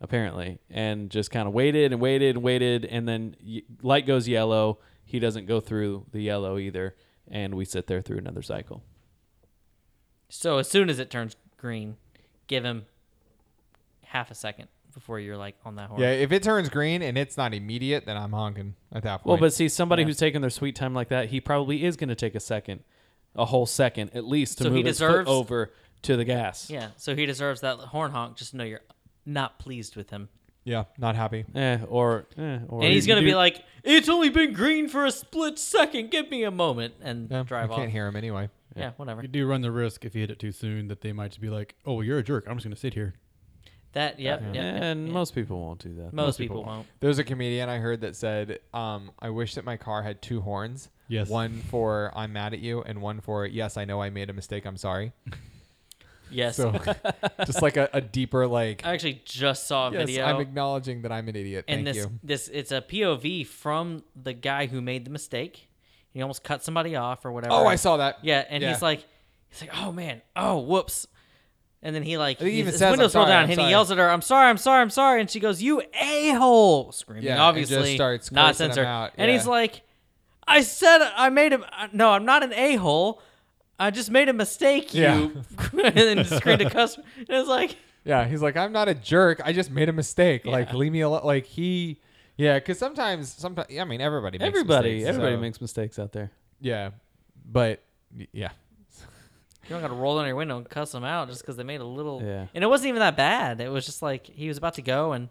Speaker 3: apparently, and just kind of waited and waited and waited, and then y- light goes yellow. He doesn't go through the yellow either, and we sit there through another cycle.
Speaker 2: So as soon as it turns green, give him half a second before you're like on that horn.
Speaker 1: Yeah, if it turns green and it's not immediate, then I'm honking at that
Speaker 3: Well,
Speaker 1: point.
Speaker 3: but see, somebody who's taking their sweet time like that, he probably is going to take a second, a whole second at least, to
Speaker 2: So he
Speaker 3: move his foot
Speaker 2: deserves-
Speaker 3: over to the gas.
Speaker 2: Yeah, so he deserves that horn honk. Just know you're not pleased with him.
Speaker 1: yeah, not happy.
Speaker 3: Eh, or, eh, or
Speaker 2: and he's
Speaker 3: you
Speaker 2: going to be
Speaker 3: do-
Speaker 2: like, it's only been green for a split second. Give me a moment and
Speaker 1: Yeah, I
Speaker 2: drive off.
Speaker 1: can't hear him anyway.
Speaker 2: Yeah, whatever.
Speaker 4: You do run the risk if you hit it too soon that they might just be like, "Oh, well, you're a jerk. I'm just going to sit here."
Speaker 2: That, yep, yep, yep,
Speaker 3: and
Speaker 2: yep.
Speaker 3: most people won't do that.
Speaker 2: Most, people, won't.
Speaker 1: There was a comedian I heard that said, um, "I wish that my car had two horns.
Speaker 4: Yes.
Speaker 1: one for I'm mad at you, and one for yes, I know I made a mistake. I'm sorry."
Speaker 2: Yes.
Speaker 1: So, just like a, a deeper like,
Speaker 2: I actually just saw a
Speaker 1: yes,
Speaker 2: video.
Speaker 1: I'm acknowledging that I'm an idiot.
Speaker 2: and
Speaker 1: Thank
Speaker 2: this
Speaker 1: you.
Speaker 2: this it's a POV from the guy who made the mistake. He almost cut somebody off or whatever.
Speaker 1: Oh, I saw that.
Speaker 2: Yeah, and
Speaker 1: Yeah.
Speaker 2: he's like, he's like, oh man, oh whoops, and then he like
Speaker 1: I think he
Speaker 2: his-
Speaker 1: even
Speaker 2: his
Speaker 1: says, "I'm
Speaker 2: windows roll
Speaker 1: sorry,
Speaker 2: down,
Speaker 1: I'm
Speaker 2: and
Speaker 1: sorry."
Speaker 2: he yells at her, "I'm sorry, I'm sorry, I'm sorry," and she goes, "You a hole!" Screaming,
Speaker 1: Yeah, and
Speaker 2: obviously,
Speaker 1: just starts
Speaker 2: not
Speaker 1: cursing him
Speaker 2: censored.
Speaker 1: out,
Speaker 2: And he's
Speaker 1: yeah.
Speaker 2: like, "I said I made him. uh, No, I'm not an a hole. I just made a mistake. You,"
Speaker 1: Yeah.
Speaker 2: and then screamed a cuss. And it's like,
Speaker 1: Yeah, he's like, I'm not a jerk. I just made a mistake. Like,
Speaker 2: Yeah.
Speaker 1: leave me alone. Like he, yeah, because sometimes, sometimes, I mean, everybody, makes
Speaker 3: Everybody,
Speaker 1: mistakes,
Speaker 3: everybody
Speaker 1: so-
Speaker 3: makes mistakes out there.
Speaker 1: Yeah, but y- yeah,
Speaker 2: You don't got to roll down your window and cuss them out just because they made a little.
Speaker 3: Yeah.
Speaker 2: And it wasn't even that bad. It was just like he was about to go and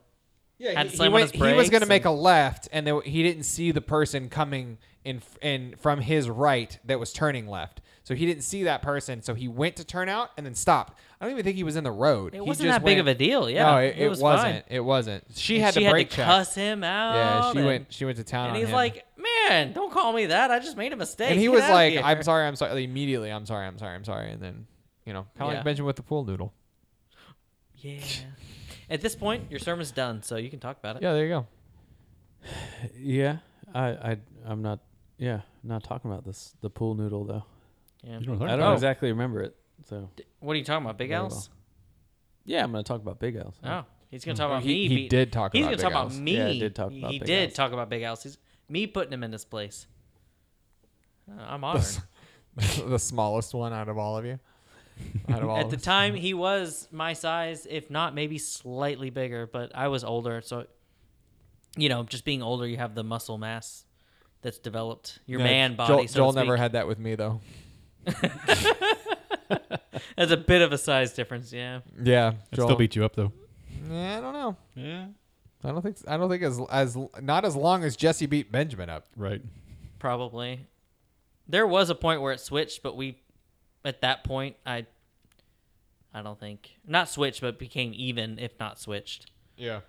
Speaker 1: yeah.
Speaker 2: Had
Speaker 1: he,
Speaker 2: to slam
Speaker 1: he
Speaker 2: on
Speaker 1: went-
Speaker 2: his
Speaker 1: he was
Speaker 2: brakes
Speaker 1: gonna
Speaker 2: and-
Speaker 1: make a left, and then he didn't see the person coming in f- in from his right that was turning left. So he didn't see that person. So he went to turn out and then stopped. I don't even think he was in the road.
Speaker 2: it
Speaker 1: He
Speaker 2: wasn't
Speaker 1: just
Speaker 2: that big
Speaker 1: went-
Speaker 2: of a deal. Yeah.
Speaker 1: no, it, it,
Speaker 2: was
Speaker 1: wasn't.
Speaker 2: fine.
Speaker 1: It wasn't. She
Speaker 2: And
Speaker 1: had
Speaker 2: she
Speaker 1: to break
Speaker 2: had to
Speaker 1: check.
Speaker 2: cuss him out.
Speaker 1: yeah, she
Speaker 2: and,
Speaker 1: went. She went to town
Speaker 2: And
Speaker 1: on
Speaker 2: he's
Speaker 1: him.
Speaker 2: like, "Man, don't call me that. I just made a mistake."
Speaker 1: and he
Speaker 2: Get
Speaker 1: was
Speaker 2: out of
Speaker 1: like,
Speaker 2: here."
Speaker 1: "I'm sorry, I'm sorry." Like, immediately, I'm sorry, I'm sorry, I'm sorry, and then you know, kind of
Speaker 2: Yeah.
Speaker 1: like Benjamin with the pool noodle.
Speaker 2: Yeah. At this point, your sermon's done, so you can talk about it.
Speaker 1: Yeah, there you go.
Speaker 3: Yeah, I, I, I'm not. Yeah, not talking about this. The pool noodle though.
Speaker 2: Yeah.
Speaker 4: You know
Speaker 3: I
Speaker 4: what I'm talking
Speaker 3: don't
Speaker 2: Oh.
Speaker 4: about?
Speaker 3: exactly remember it. So
Speaker 2: What are you talking about, Big
Speaker 3: Very
Speaker 2: Al's?
Speaker 3: yeah, I'm gonna talk about Big L's.
Speaker 2: Oh, he's gonna talk about
Speaker 1: he,
Speaker 2: me.
Speaker 1: he
Speaker 2: be-
Speaker 1: did talk.
Speaker 2: He's
Speaker 1: about
Speaker 2: gonna
Speaker 1: Big
Speaker 2: talk about
Speaker 1: Al's.
Speaker 2: me.
Speaker 3: Yeah, I did talk about
Speaker 2: He
Speaker 3: Big
Speaker 2: did
Speaker 3: Al's.
Speaker 2: talk about Big Al's. He's me putting him in this place. Uh, I'm honored.
Speaker 1: the smallest one out of all of you. Out of all
Speaker 2: At
Speaker 1: of
Speaker 2: the
Speaker 1: us.
Speaker 2: time, he was my size, if not maybe slightly bigger, but I was older. So, you know, just being older, you have the muscle mass that's developed. Your
Speaker 1: Yeah,
Speaker 2: man body.
Speaker 1: Joel,
Speaker 2: so to
Speaker 1: Joel never
Speaker 2: speak.
Speaker 1: had that with me though.
Speaker 2: That's a bit of a size difference, yeah.
Speaker 1: Yeah,
Speaker 4: I'd
Speaker 1: Joel.
Speaker 4: still beat you up though.
Speaker 1: yeah, I don't know.
Speaker 4: Yeah.
Speaker 1: I don't think. I don't think as as not as long as Jesse beat Benjamin up.
Speaker 4: Right.
Speaker 2: Probably. There was a point where it switched, but we, at that point, I, I don't think not switched, but became even, if not switched.
Speaker 1: Yeah.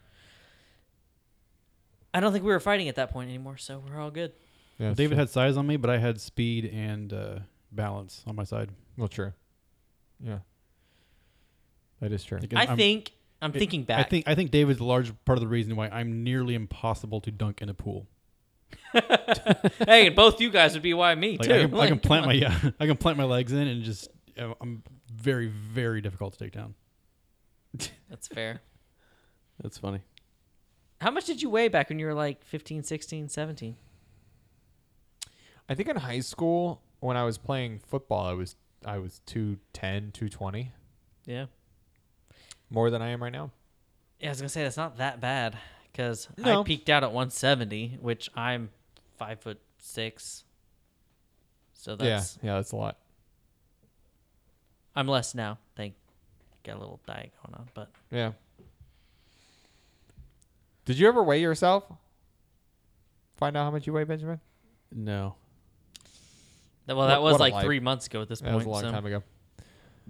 Speaker 2: I don't think we were fighting at that point anymore, so we're all good.
Speaker 1: Yeah.
Speaker 4: Well,
Speaker 1: it's
Speaker 4: David
Speaker 1: true.
Speaker 4: had size on me, but I had speed and uh, balance on my side.
Speaker 1: Well, true. Yeah. That is true.
Speaker 4: Again,
Speaker 2: I
Speaker 4: I'm-
Speaker 2: think I'm
Speaker 4: it-
Speaker 2: thinking back.
Speaker 4: I think I think David's a large part of the reason why I'm nearly impossible to dunk in a pool.
Speaker 2: hey, and both you guys would be why me
Speaker 4: Like
Speaker 2: too.
Speaker 4: I can, I
Speaker 2: Like,
Speaker 4: can plant
Speaker 2: come
Speaker 4: my
Speaker 2: on.
Speaker 4: yeah, I can plant my legs in and just uh, I'm very very difficult to take down.
Speaker 2: That's fair.
Speaker 3: That's funny.
Speaker 2: How much did you weigh back when you were like 15, 16, 17?
Speaker 1: I think in high school when I was playing football, I was I was 210, 220,
Speaker 2: Yeah.
Speaker 1: more than I am right now.
Speaker 2: Yeah, I was gonna say that's not that bad because I
Speaker 1: No.
Speaker 2: peaked out at 170, which I'm five foot six. So Oh, that's
Speaker 1: yeah, yeah, that's a lot.
Speaker 2: I'm less now. Thank got a little diet going on, but
Speaker 1: Yeah. Did you ever weigh yourself? Find out how much you weigh, Benjamin.
Speaker 3: No,
Speaker 2: well,
Speaker 1: What-
Speaker 2: that was
Speaker 1: what a
Speaker 2: like
Speaker 1: life.
Speaker 2: three months ago at this
Speaker 1: That was
Speaker 2: point.
Speaker 1: a long
Speaker 2: so.
Speaker 1: time ago.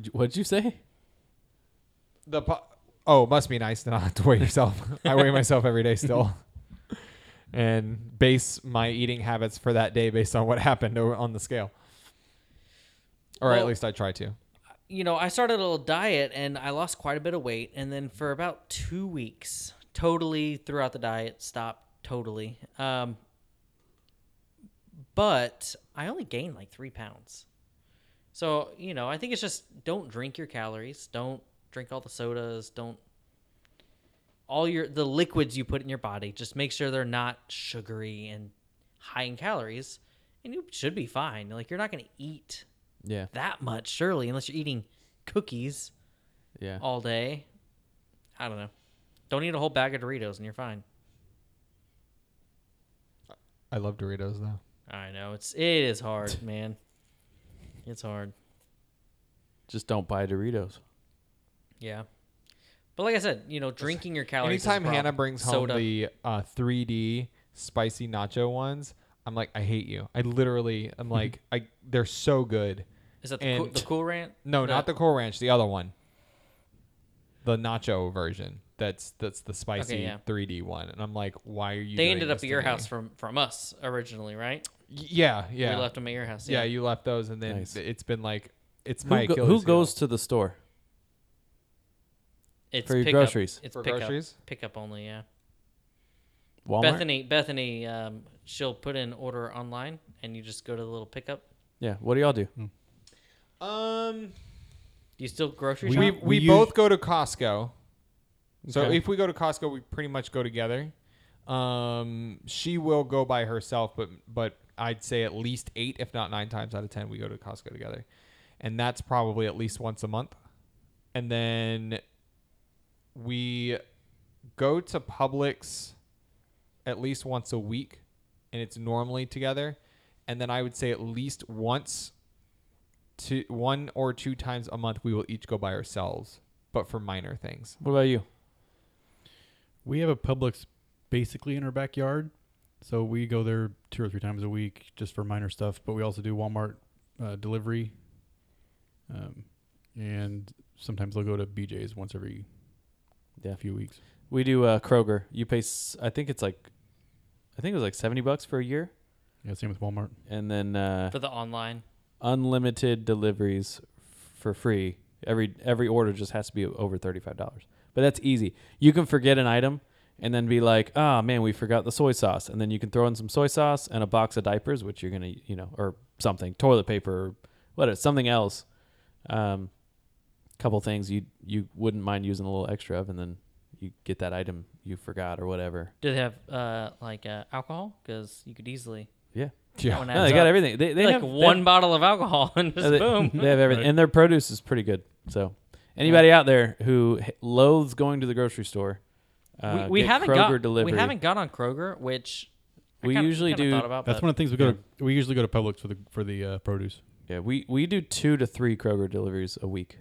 Speaker 3: J- what'd you say?
Speaker 1: The po- oh, it must be nice to not have to weigh yourself. I weigh myself every day still. and base my eating habits for that day based on what happened o- on the scale. Or at
Speaker 2: Well-
Speaker 1: least I try to.
Speaker 2: you know, I started a little diet and I lost quite a bit of weight. And then for about two weeks, totally throughout the diet, stopped totally. Um, but I only gained like three pounds. So, you know, I think it's just don't drink your calories. Don't drink all the sodas. Don't all your the liquids you put in your body. Just make sure they're not sugary and high in calories. And you should be fine. Like you're not going to eat
Speaker 3: Yeah.
Speaker 2: that much, surely, unless you're eating cookies
Speaker 3: Yeah.
Speaker 2: all day. I don't know. Don't eat a whole bag of Doritos and you're fine.
Speaker 1: I love Doritos though.
Speaker 2: I know it's it is hard, man. It's hard.
Speaker 3: Just don't buy Doritos.
Speaker 2: Yeah. But like I said, you know, drinking your calories. is a
Speaker 1: Anytime
Speaker 2: problem.
Speaker 1: Hannah brings home
Speaker 2: Soda.
Speaker 1: the uh, 3D spicy nacho ones, I'm like, I hate you. I literally,
Speaker 2: Mm-hmm.
Speaker 1: I'm like, I they're so good.
Speaker 2: is that the, cool,
Speaker 1: and-
Speaker 2: the Cool Ranch?
Speaker 1: No, not the Cool Ranch, the other one, the nacho version. That's that's the spicy
Speaker 2: yeah.
Speaker 1: 3D one, and I'm like, why are you?
Speaker 2: They
Speaker 1: doing
Speaker 2: ended up
Speaker 1: this
Speaker 2: at
Speaker 1: to
Speaker 2: your
Speaker 1: me?
Speaker 2: house from from us originally, right?
Speaker 1: Y- Yeah, eh? yeah,
Speaker 2: We left them at your house.
Speaker 1: yeah. You left those, and then
Speaker 3: Nice.
Speaker 1: it's been like, it's my
Speaker 3: Who, go-
Speaker 1: Achilles
Speaker 3: who
Speaker 1: heel.
Speaker 3: goes to the store?
Speaker 2: it's
Speaker 3: for your
Speaker 2: pickup.
Speaker 3: groceries.
Speaker 2: It's
Speaker 1: For
Speaker 2: pickup.
Speaker 1: groceries?
Speaker 2: Pickup only. Yeah.
Speaker 3: Walmart.
Speaker 2: Bethany, Bethany, um, she'll put in order online, and you just go to the little pickup.
Speaker 3: Yeah. What do y'all do?
Speaker 1: Um,
Speaker 2: Do you still grocery
Speaker 1: we
Speaker 2: shop?
Speaker 1: we,
Speaker 4: We
Speaker 1: both go to Costco. So
Speaker 3: Okay.
Speaker 1: if we go to Costco, we pretty much go together. Um, she will go by herself, but but I'd say at least eight, if not nine times out of ten, we go to Costco together, and that's probably at least once a month. And then we go to Publix at least once a week, and it's normally together. And then I would say at least once to one or two times a month we will each go by ourselves, but for minor things.
Speaker 3: What about you?
Speaker 4: We have a Publix basically in our backyard, so we go there two or three times a week just for minor stuff. But we also do Walmart uh, delivery, um, and sometimes they'll go to BJ's once every
Speaker 3: Yeah.
Speaker 4: few weeks.
Speaker 3: We do uh, Kroger. You pay. s- I think it's like, I think it was like seventy bucks for a year,
Speaker 4: Yeah, same with Walmart.
Speaker 3: and then uh,
Speaker 2: for the online.
Speaker 3: unlimited deliveries for free. Every every order just has to be over thirty five dollars. But that's easy. You can forget an item and then be like, oh man, we forgot the soy sauce, and then you can throw in some soy sauce and a box of diapers, which you're gonna you know or something, toilet paper, or whatever, something else. Um, couple things you you wouldn't mind using a little extra of, and then you get that item you forgot or whatever.
Speaker 2: Do they have uh, like uh, alcohol? Because you could easily.
Speaker 3: Yeah.
Speaker 2: that one
Speaker 3: No,
Speaker 2: adds
Speaker 3: they got
Speaker 2: up.
Speaker 3: everything. They, they
Speaker 2: like
Speaker 3: have they
Speaker 2: one
Speaker 3: have-
Speaker 2: bottle of alcohol and just
Speaker 3: they,
Speaker 2: boom.
Speaker 3: They have everything,
Speaker 4: Right.
Speaker 3: and their produce is pretty good. So, anybody out there who h- loathes going to the grocery store, uh,
Speaker 2: we we
Speaker 3: get
Speaker 2: haven't
Speaker 3: Kroger
Speaker 2: got
Speaker 3: delivery.
Speaker 2: we haven't got on Kroger, which I
Speaker 3: We
Speaker 2: kinda-
Speaker 3: usually
Speaker 2: kinda
Speaker 3: do-
Speaker 2: Thought about,
Speaker 4: That's
Speaker 2: but
Speaker 4: one of the things we go to. We usually go to Publix for the for the uh, produce.
Speaker 3: Yeah, we we do two to three Kroger deliveries a week.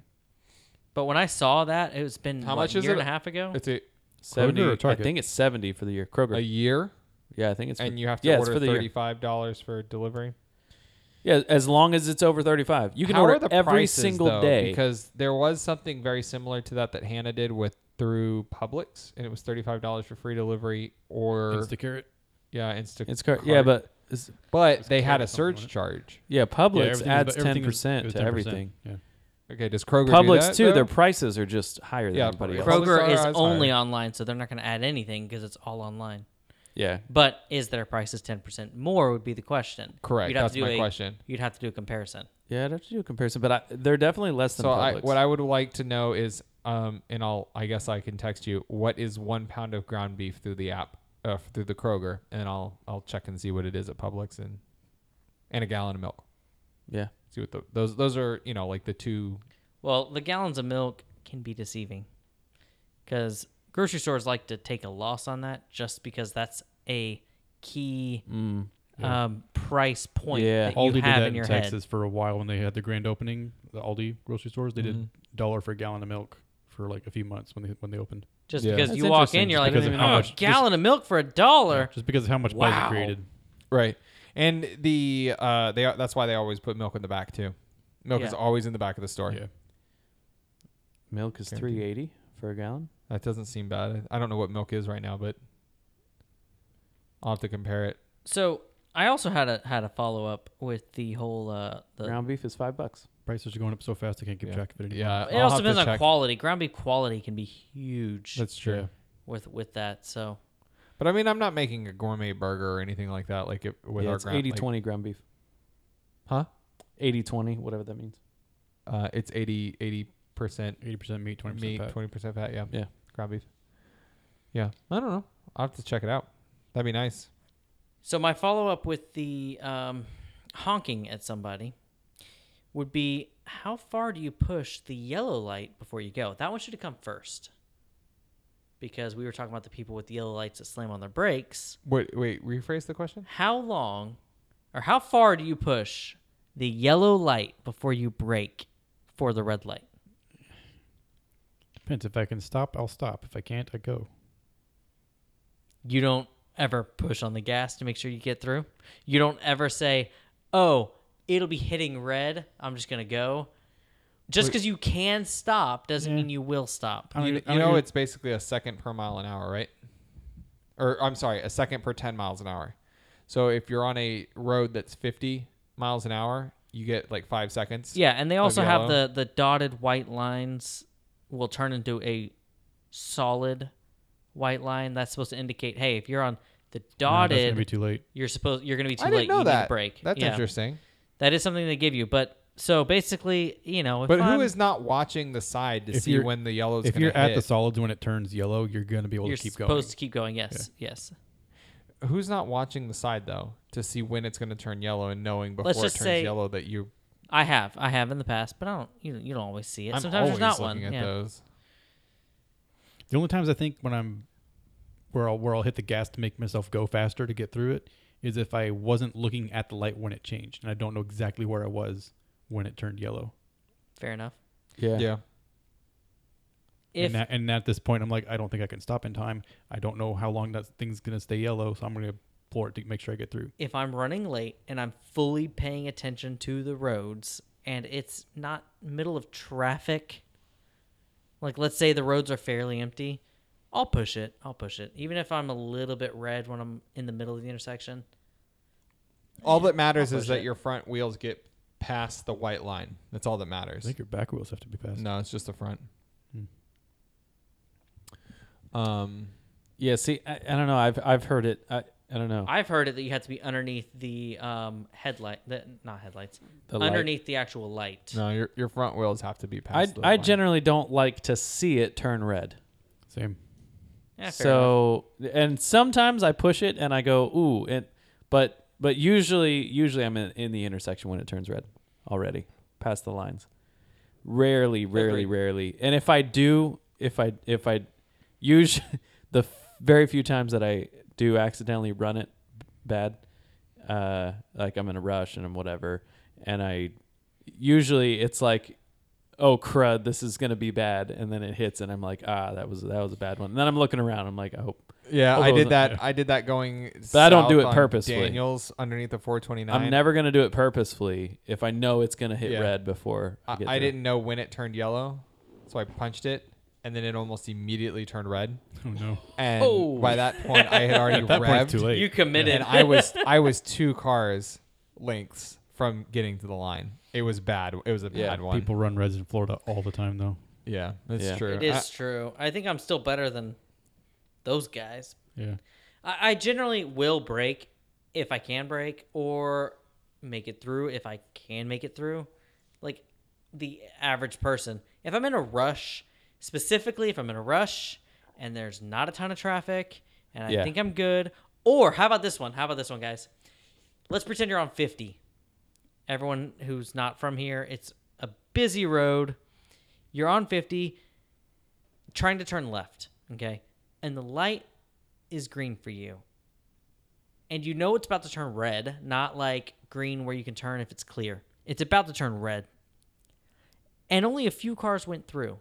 Speaker 2: but when I saw that, it's been
Speaker 1: How
Speaker 2: what,
Speaker 1: much is
Speaker 2: year
Speaker 1: it?
Speaker 2: and a half ago.
Speaker 1: It's a,
Speaker 3: Seventy,
Speaker 4: or
Speaker 3: I
Speaker 4: Target?
Speaker 3: think it's seventy for the year. Kroger.
Speaker 1: a year,
Speaker 3: yeah, I think it's. for-
Speaker 1: and you have to
Speaker 3: yeah, it's
Speaker 1: order
Speaker 3: for the year.
Speaker 1: thirty-five dollars for delivery.
Speaker 3: Yeah, as long as it's over thirty-five, you can
Speaker 1: How
Speaker 3: order
Speaker 1: are the
Speaker 3: every
Speaker 1: prices,
Speaker 3: single
Speaker 1: though?
Speaker 3: day.
Speaker 1: because there was something very similar to that that Hannah did with through Publix, and it was thirty-five dollars for free delivery or
Speaker 4: Instacarrot.
Speaker 1: yeah, Insta.
Speaker 3: it's car- yeah, but it's,
Speaker 1: but they had a
Speaker 4: Instacart, something,
Speaker 1: surge
Speaker 4: wasn't
Speaker 1: charge.
Speaker 3: yeah,
Speaker 4: Yeah,
Speaker 3: Publix
Speaker 4: everything is-
Speaker 3: adds ten
Speaker 4: everything is-
Speaker 3: percent
Speaker 4: is
Speaker 3: to
Speaker 4: 10%.
Speaker 3: everything.
Speaker 4: Yeah.
Speaker 1: Okay, does Kroger do
Speaker 3: Publix
Speaker 1: that,
Speaker 3: too.
Speaker 1: though?
Speaker 3: Their prices are just higher than
Speaker 1: Yeah,
Speaker 3: everybody else.
Speaker 1: Kroger-
Speaker 2: Kroger
Speaker 1: Publix
Speaker 2: is
Speaker 1: are- is
Speaker 2: only
Speaker 1: higher.
Speaker 2: online, so they're not going to add anything because it's all online.
Speaker 3: Yeah,
Speaker 2: But is their prices ten percent more? Would be the question.
Speaker 1: Correct.
Speaker 2: You'd have
Speaker 1: That's
Speaker 2: to do
Speaker 1: my
Speaker 2: a,
Speaker 1: question.
Speaker 2: You'd have to do a comparison.
Speaker 3: yeah, I'd have to do a comparison, but I, they're definitely less than
Speaker 1: So I,
Speaker 3: Publix.
Speaker 1: what I would like to know is, um, and I'll, I guess I can text you. What is one pound of ground beef through the app, uh, through the Kroger, and I'll, I'll check and see what it is at Publix, and, and a gallon of milk.
Speaker 3: yeah.
Speaker 1: See what the, those, those are, you know, like the two.
Speaker 2: Well, the gallons of milk can be deceiving because grocery stores like to take a loss on that just because that's a key
Speaker 3: Mm.
Speaker 2: um, price point
Speaker 3: Yeah.
Speaker 2: that
Speaker 4: Aldi
Speaker 2: you
Speaker 4: did
Speaker 2: have
Speaker 4: that
Speaker 2: in your
Speaker 4: Texas
Speaker 2: head.
Speaker 4: for a while when they had the grand opening. The Aldi grocery stores they did
Speaker 2: Mm-hmm.
Speaker 4: dollar for a gallon of milk for like a few months when they when they opened.
Speaker 2: Just
Speaker 1: Yeah.
Speaker 2: because
Speaker 3: That's
Speaker 2: you walk in,
Speaker 3: interesting,
Speaker 2: you're
Speaker 3: just
Speaker 2: like,
Speaker 4: because of how
Speaker 2: oh,
Speaker 4: much-
Speaker 2: gallon of milk for a dollar.
Speaker 4: Just because of how much buzz
Speaker 2: Wow.
Speaker 4: it created.
Speaker 1: Right. And the, uh, they, that's why they always put milk in the back too. Milk is
Speaker 2: Yeah.
Speaker 1: always in the back of the store.
Speaker 4: Yeah.
Speaker 3: Milk is
Speaker 1: Guaranteed.
Speaker 3: three eighty for a gallon.
Speaker 1: That doesn't seem bad. I don't know what milk is right now, but I'll have to compare it.
Speaker 2: So I also had a had a follow up with the whole uh the
Speaker 3: Ground beef is five bucks.
Speaker 4: Prices are going up so fast I can't keep
Speaker 1: Yeah.
Speaker 4: track of it anymore.
Speaker 1: Yeah,
Speaker 2: it
Speaker 1: I'll
Speaker 2: also
Speaker 1: have to
Speaker 2: depends on
Speaker 1: check.
Speaker 2: quality. Ground beef quality can be huge
Speaker 1: That's true.
Speaker 4: Yeah.
Speaker 2: with with that. So
Speaker 1: But I mean, I'm not making a gourmet burger or anything like that. Like it, with
Speaker 3: yeah,
Speaker 1: our
Speaker 3: it's
Speaker 1: ground,
Speaker 3: 80
Speaker 1: like-
Speaker 3: 20 ground beef.
Speaker 1: huh?
Speaker 3: 80 20, whatever that means.
Speaker 1: Uh, it's 80 percent
Speaker 4: Eighty percent meat, twenty
Speaker 1: meat,
Speaker 4: percent fat.
Speaker 1: twenty percent fat. Yeah,
Speaker 3: Yeah.
Speaker 1: ground beef. Yeah, I don't know. I'll have to check it out. That'd be nice.
Speaker 2: so my follow up with the um, honking at somebody would be how far do you push the yellow light before you go? That one should have come first because we were talking about the people with the yellow lights that slam on their brakes.
Speaker 1: Wait, wait. Rephrase the question.
Speaker 2: How long or how far do you push the yellow light before you brake for the red light?
Speaker 4: Depends if I can stop, I'll stop. If I can't, I go.
Speaker 2: you don't ever push on the gas to make sure you get through. You don't ever say, "Oh, it'll be hitting red. I'm just gonna go." Just because you can stop doesn't mean you will stop.
Speaker 4: I don't
Speaker 1: You,
Speaker 4: even- I
Speaker 1: you
Speaker 4: don't
Speaker 1: know,
Speaker 4: even-
Speaker 1: it's basically a second per mile an hour, right? Or I'm sorry, a second per ten miles an hour. So if you're on a road that's 50 miles an hour, you get like five seconds.
Speaker 2: Yeah, and they
Speaker 4: Oh,
Speaker 2: also have
Speaker 1: yellow.
Speaker 2: the the dotted white lines will turn into a solid white line. That's supposed to indicate, hey, if you're on the
Speaker 4: No, that's
Speaker 2: dotted,
Speaker 4: gonna be too late.
Speaker 2: you're supposed you're gonna be too
Speaker 1: I didn't
Speaker 2: late.
Speaker 1: know
Speaker 2: you need
Speaker 1: that.
Speaker 2: to break.
Speaker 1: That's
Speaker 2: yeah.
Speaker 1: interesting.
Speaker 2: That is something they give you, but. So basically, you know, if
Speaker 1: But
Speaker 2: I'm-
Speaker 1: who is not watching the side to
Speaker 4: If
Speaker 1: see
Speaker 4: you're-
Speaker 1: when the yellow's
Speaker 4: If
Speaker 1: gonna
Speaker 4: you're at
Speaker 1: hit?
Speaker 4: the solids when it turns yellow, you're gonna be able
Speaker 2: you're
Speaker 4: to keep
Speaker 2: supposed
Speaker 4: going.
Speaker 2: to keep going? Yes, yes.
Speaker 1: who's not watching the side though to see when it's going to turn yellow and knowing before it
Speaker 2: just
Speaker 1: turns
Speaker 2: say-
Speaker 1: yellow that you
Speaker 2: I have, I have in the past, but I don't. You, you don't always see it.
Speaker 1: I'm
Speaker 2: Sometimes there's
Speaker 1: always
Speaker 2: not one.
Speaker 1: looking at
Speaker 2: Yeah.
Speaker 1: those.
Speaker 4: The only times I think when I'm where I'll where I'll hit the gas to make myself go faster to get through it is if I wasn't looking at the light when it changed and I don't know exactly where I was when it turned yellow.
Speaker 2: Fair enough.
Speaker 3: Yeah.
Speaker 1: Yeah.
Speaker 2: If
Speaker 4: and, that, and at this point, I'm like, I don't think I can stop in time. I don't know how long that thing's gonna stay yellow, so I'm gonna floor it to make sure I get through.
Speaker 2: if I'm running late and I'm fully paying attention to the roads and it's not middle of traffic, like let's say the roads are fairly empty, I'll push it. I'll push it, even if I'm a little bit red when I'm in the middle of the intersection.
Speaker 1: All that matters
Speaker 2: I'll
Speaker 1: is
Speaker 2: push
Speaker 1: that
Speaker 2: it.
Speaker 1: your front wheels get past the white line. That's all that
Speaker 4: I
Speaker 1: matters.
Speaker 4: think your back wheels have to be passed.
Speaker 1: No, it's just the front.
Speaker 4: Hmm.
Speaker 1: Um,
Speaker 3: Yeah, see, I, I don't know. I've I've heard it. I, I don't know.
Speaker 2: I've heard it that you have to be underneath the um, headlight, the, not headlights,
Speaker 3: The light.
Speaker 2: underneath the actual light.
Speaker 1: no, your your front wheels have to be
Speaker 3: I,
Speaker 1: past. the
Speaker 3: I
Speaker 1: line.
Speaker 3: generally don't like to see it turn red.
Speaker 4: Same.
Speaker 2: Yeah, fair enough.
Speaker 3: so and sometimes I push it and I go ooh and but but usually usually I'm in, in the intersection when it turns red already past the lines. Rarely, rarely,
Speaker 1: Agreed.
Speaker 3: rarely. And if I do, if I if I usually the f- very few times that I do accidentally run it b- bad, uh, like I'm in a rush and I'm whatever, and I usually it's like oh crud, this is gonna be bad, and then it hits, and I'm like, ah, that was that was a bad one. And then I'm looking around, I'm like, I hope
Speaker 1: yeah,
Speaker 3: Oh,
Speaker 1: I
Speaker 3: those-
Speaker 1: did that. I did that going.
Speaker 3: But I don't do
Speaker 1: south
Speaker 3: it
Speaker 1: on
Speaker 3: purposefully.
Speaker 1: Daniels underneath the 429.
Speaker 3: I'm never gonna do it purposefully if I know it's gonna hit
Speaker 1: Yeah.
Speaker 3: red before.
Speaker 1: I,
Speaker 3: get
Speaker 1: I
Speaker 3: through.
Speaker 1: didn't know when it turned yellow, so I punched it, and then it almost immediately turned red.
Speaker 4: Oh no.
Speaker 1: And
Speaker 2: Oh.
Speaker 1: by that point, I had already
Speaker 4: At that point,
Speaker 1: revved.
Speaker 4: it's too late.
Speaker 2: you committed.
Speaker 1: and I was I was two cars lengths from getting to the line. It was bad. It was a
Speaker 3: Yeah,
Speaker 1: bad one.
Speaker 4: People run reds in Florida all the time, though.
Speaker 1: yeah, that's
Speaker 3: Yeah.
Speaker 1: true.
Speaker 2: It is true. I think I'm still better than those guys.
Speaker 4: Yeah.
Speaker 2: I, I generally will break if I can break or make it through if I can make it through. Like the average person, if I'm in a rush, specifically if I'm in a rush and there's not a ton of traffic and I
Speaker 3: Yeah.
Speaker 2: think I'm good, or how about this one? How about this one, guys? Let's pretend you're on 50. Everyone who's not from here, it's a busy road. You're on 50 trying to turn left, okay? And the light is green for you. And you know it's about to turn red, not like green where you can turn if it's clear. It's about to turn red. And only a few cars went through.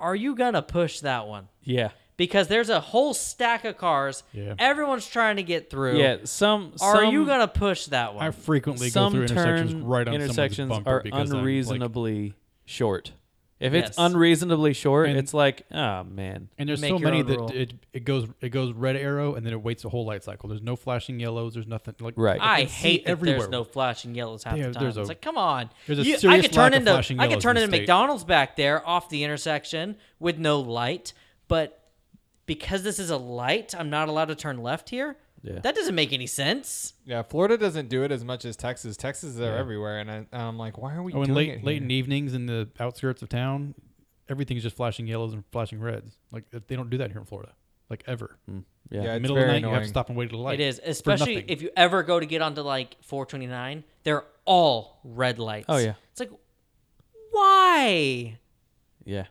Speaker 2: Are you going to push that one?
Speaker 3: Yeah,
Speaker 2: Because there's a whole stack of cars.
Speaker 4: Yeah.
Speaker 2: Everyone's trying to get through.
Speaker 3: yeah. Some
Speaker 2: Are
Speaker 3: some,
Speaker 2: you going to push that one?
Speaker 4: I frequently go
Speaker 3: some
Speaker 4: through intersections
Speaker 3: turn
Speaker 4: right on
Speaker 3: intersections
Speaker 4: someone's bumper
Speaker 3: are
Speaker 4: because I'm, like,
Speaker 3: unreasonably short. If
Speaker 2: Yes.
Speaker 3: it's unreasonably short,
Speaker 4: And-
Speaker 3: it's like, oh man.
Speaker 4: And there's
Speaker 2: Make
Speaker 4: so
Speaker 2: your
Speaker 4: many
Speaker 2: own
Speaker 4: that
Speaker 2: rule.
Speaker 4: it, it goes it goes red arrow and then it waits the whole light cycle. There's no flashing yellows. There's nothing like
Speaker 3: Right.
Speaker 4: I
Speaker 2: I
Speaker 4: can see
Speaker 2: hate that
Speaker 4: everywhere.
Speaker 2: there's no flashing yellows half
Speaker 4: Yeah,
Speaker 2: the time.
Speaker 4: there's a-
Speaker 2: it's like, come on.
Speaker 4: there's a
Speaker 2: You- I
Speaker 4: serious
Speaker 2: could turn
Speaker 4: lack of
Speaker 2: into
Speaker 4: flashing
Speaker 2: I could
Speaker 4: yellows
Speaker 2: turn
Speaker 4: in the
Speaker 2: into
Speaker 4: state.
Speaker 2: McDonald's back there off the intersection with no light, but because this is a light, I'm not allowed to turn left here.
Speaker 3: Yeah.
Speaker 2: That doesn't make any sense.
Speaker 1: Yeah, Florida doesn't do it as much as Texas. Texas are everywhere, and, I, and I'm like, why are we
Speaker 4: Oh,
Speaker 1: doing
Speaker 4: and
Speaker 1: it
Speaker 4: late
Speaker 1: here?
Speaker 4: late in the evenings in the outskirts of town, everything's just flashing yellows and flashing reds. Like if they don't do that here in Florida, like ever.
Speaker 1: Mm.
Speaker 3: Yeah.
Speaker 1: Yeah, it's
Speaker 4: Middle of
Speaker 1: very
Speaker 4: the night,
Speaker 1: annoying.
Speaker 4: you have to stop and wait at the light.
Speaker 2: it is, especially
Speaker 4: nothing.
Speaker 2: if you ever go to get onto like 429. They're all red lights.
Speaker 3: Oh, yeah.
Speaker 2: It's like, why?
Speaker 3: Yeah.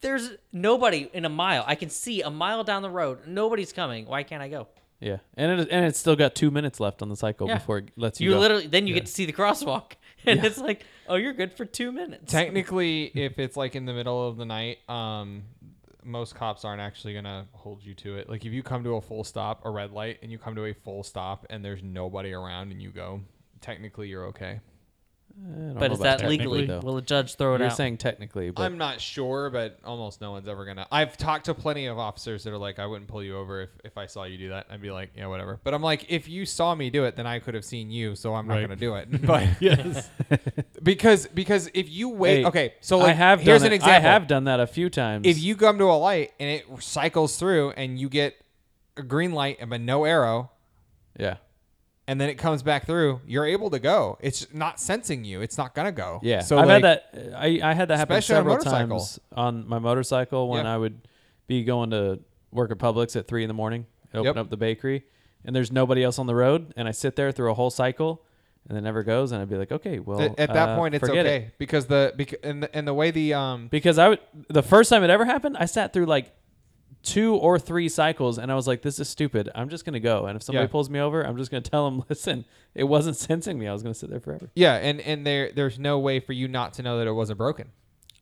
Speaker 2: There's nobody in a mile. I can see a mile down the road. Nobody's coming. Why can't I go?
Speaker 3: Yeah. And it, and it's still got two minutes left on the cycle
Speaker 2: Yeah.
Speaker 3: before it lets you,
Speaker 2: You
Speaker 3: go.
Speaker 2: literally then you get to see the crosswalk, and it's like, oh, you're good for two minutes.
Speaker 1: Technically, if it's like in the middle of the night, um, most cops aren't actually gonna hold you to it. Like if you come to a full stop, a red light, and you come to a full stop, and there's nobody around, and you go, technically you're okay.
Speaker 3: I don't know
Speaker 2: but is
Speaker 3: about
Speaker 2: that legally?
Speaker 3: though.
Speaker 2: Will a judge throw it
Speaker 3: You're
Speaker 2: out?
Speaker 3: saying technically, but
Speaker 1: I'm not sure, but almost no one's ever gonna. I've talked to plenty of officers that are like, I wouldn't pull you over if, if I saw you do that. I'd be like, yeah, whatever. But I'm like, if you saw me do it, then I could have seen you, so I'm not
Speaker 4: Right.
Speaker 1: gonna do it. But
Speaker 4: Yes.
Speaker 1: because because if you wait,
Speaker 3: Hey,
Speaker 1: okay, so like,
Speaker 3: I have
Speaker 1: here's
Speaker 3: done
Speaker 1: an
Speaker 3: it-
Speaker 1: example.
Speaker 3: I have done that a few times.
Speaker 1: if you come to a light and it cycles through and you get a green light and but no arrow
Speaker 3: yeah,
Speaker 1: and then it comes back through you're able to go it's not sensing you it's not gonna go
Speaker 3: yeah.
Speaker 1: so
Speaker 3: I've
Speaker 1: like,
Speaker 3: had that. I, I had that happen
Speaker 1: Especially on a
Speaker 3: several
Speaker 1: motorcycle.
Speaker 3: times on my motorcycle when
Speaker 1: Yeah.
Speaker 3: I would be going to work at Publix at three in the morning. and Open
Speaker 1: Yep.
Speaker 3: up the bakery, and there's nobody else on the road, and I sit there through a whole cycle, and it never goes, and I'd be like, okay, well,
Speaker 1: at, at that
Speaker 3: uh,
Speaker 1: point it's
Speaker 3: forget it.
Speaker 1: okay because the because and the, and the way the um
Speaker 3: because I would the first time it ever happened, I sat through like two or three cycles and I was like, this is stupid. I'm just gonna go. And if somebody
Speaker 1: Yeah.
Speaker 3: pulls me over, I'm just gonna tell them, listen, it wasn't sensing me. I was gonna sit there forever.
Speaker 1: yeah and and there there's no way for you not to know that it wasn't broken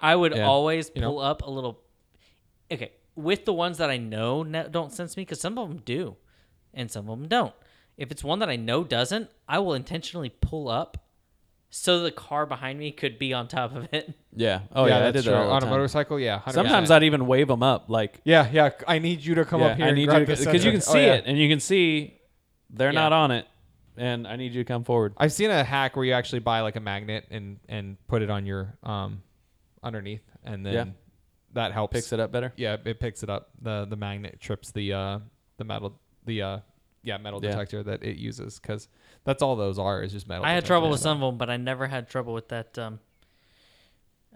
Speaker 2: I would
Speaker 3: Yeah.
Speaker 2: always pull
Speaker 1: You know?
Speaker 2: up a little. Okay, with the ones that I know ne- don't sense me, because some of them do, and some of them don't. If it's one that I know doesn't, I will intentionally pull up, so the car behind me could be on top of it.
Speaker 3: Yeah. Oh yeah, I
Speaker 1: that's
Speaker 3: did that
Speaker 1: true.
Speaker 3: all the
Speaker 1: on
Speaker 3: time.
Speaker 1: a motorcycle yeah 100%.
Speaker 3: Sometimes I'd even wave them up, like
Speaker 1: yeah yeah I need you to come
Speaker 3: yeah,
Speaker 1: up here
Speaker 3: I
Speaker 1: and
Speaker 3: need
Speaker 1: grab
Speaker 3: you
Speaker 1: this
Speaker 3: because you
Speaker 1: sensor.
Speaker 3: can
Speaker 1: Oh,
Speaker 3: see
Speaker 1: yeah.
Speaker 3: it and you can see they're
Speaker 2: Yeah.
Speaker 3: not on it, and I need you to come forward.
Speaker 1: I've seen a hack where you actually buy like a magnet and and put it on your um underneath, and then
Speaker 3: Yeah.
Speaker 1: that helps.
Speaker 3: Picks it up better.
Speaker 1: Yeah, it picks it up. the The magnet trips the uh the metal the uh yeah metal
Speaker 3: Yeah.
Speaker 1: detector that it uses because that's all those are is just metal.
Speaker 2: I had
Speaker 1: detectors.
Speaker 2: trouble with some of them, but I never had trouble with that. Um,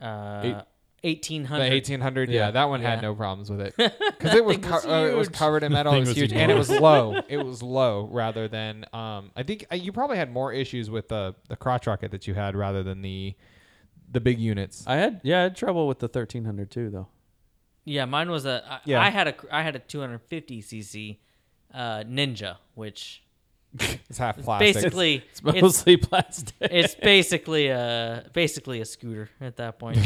Speaker 2: uh,
Speaker 3: Eight-
Speaker 2: eighteen
Speaker 1: The
Speaker 2: hundred.
Speaker 1: eighteen hundred, yeah,
Speaker 3: Yeah.
Speaker 1: that one
Speaker 2: Yeah.
Speaker 1: had no problems with it because it was,
Speaker 2: thing
Speaker 1: co-
Speaker 2: was
Speaker 1: uh, it was
Speaker 2: huge.
Speaker 1: covered in metal, it
Speaker 4: thing
Speaker 1: was,
Speaker 4: was
Speaker 1: huge, and it was low. It was low rather than um. I think uh, you probably had more issues with the the crotch rocket that you had rather than the the big units.
Speaker 3: I had yeah, I had trouble with the 1300 too though.
Speaker 2: Yeah, mine was a. I,
Speaker 1: Yeah.
Speaker 2: I had a. I had a two hundred fifty cc uh, Ninja, which
Speaker 1: It's half plastic.
Speaker 2: basically
Speaker 3: It's mostly plastic.
Speaker 2: it's basically a basically a scooter at that point.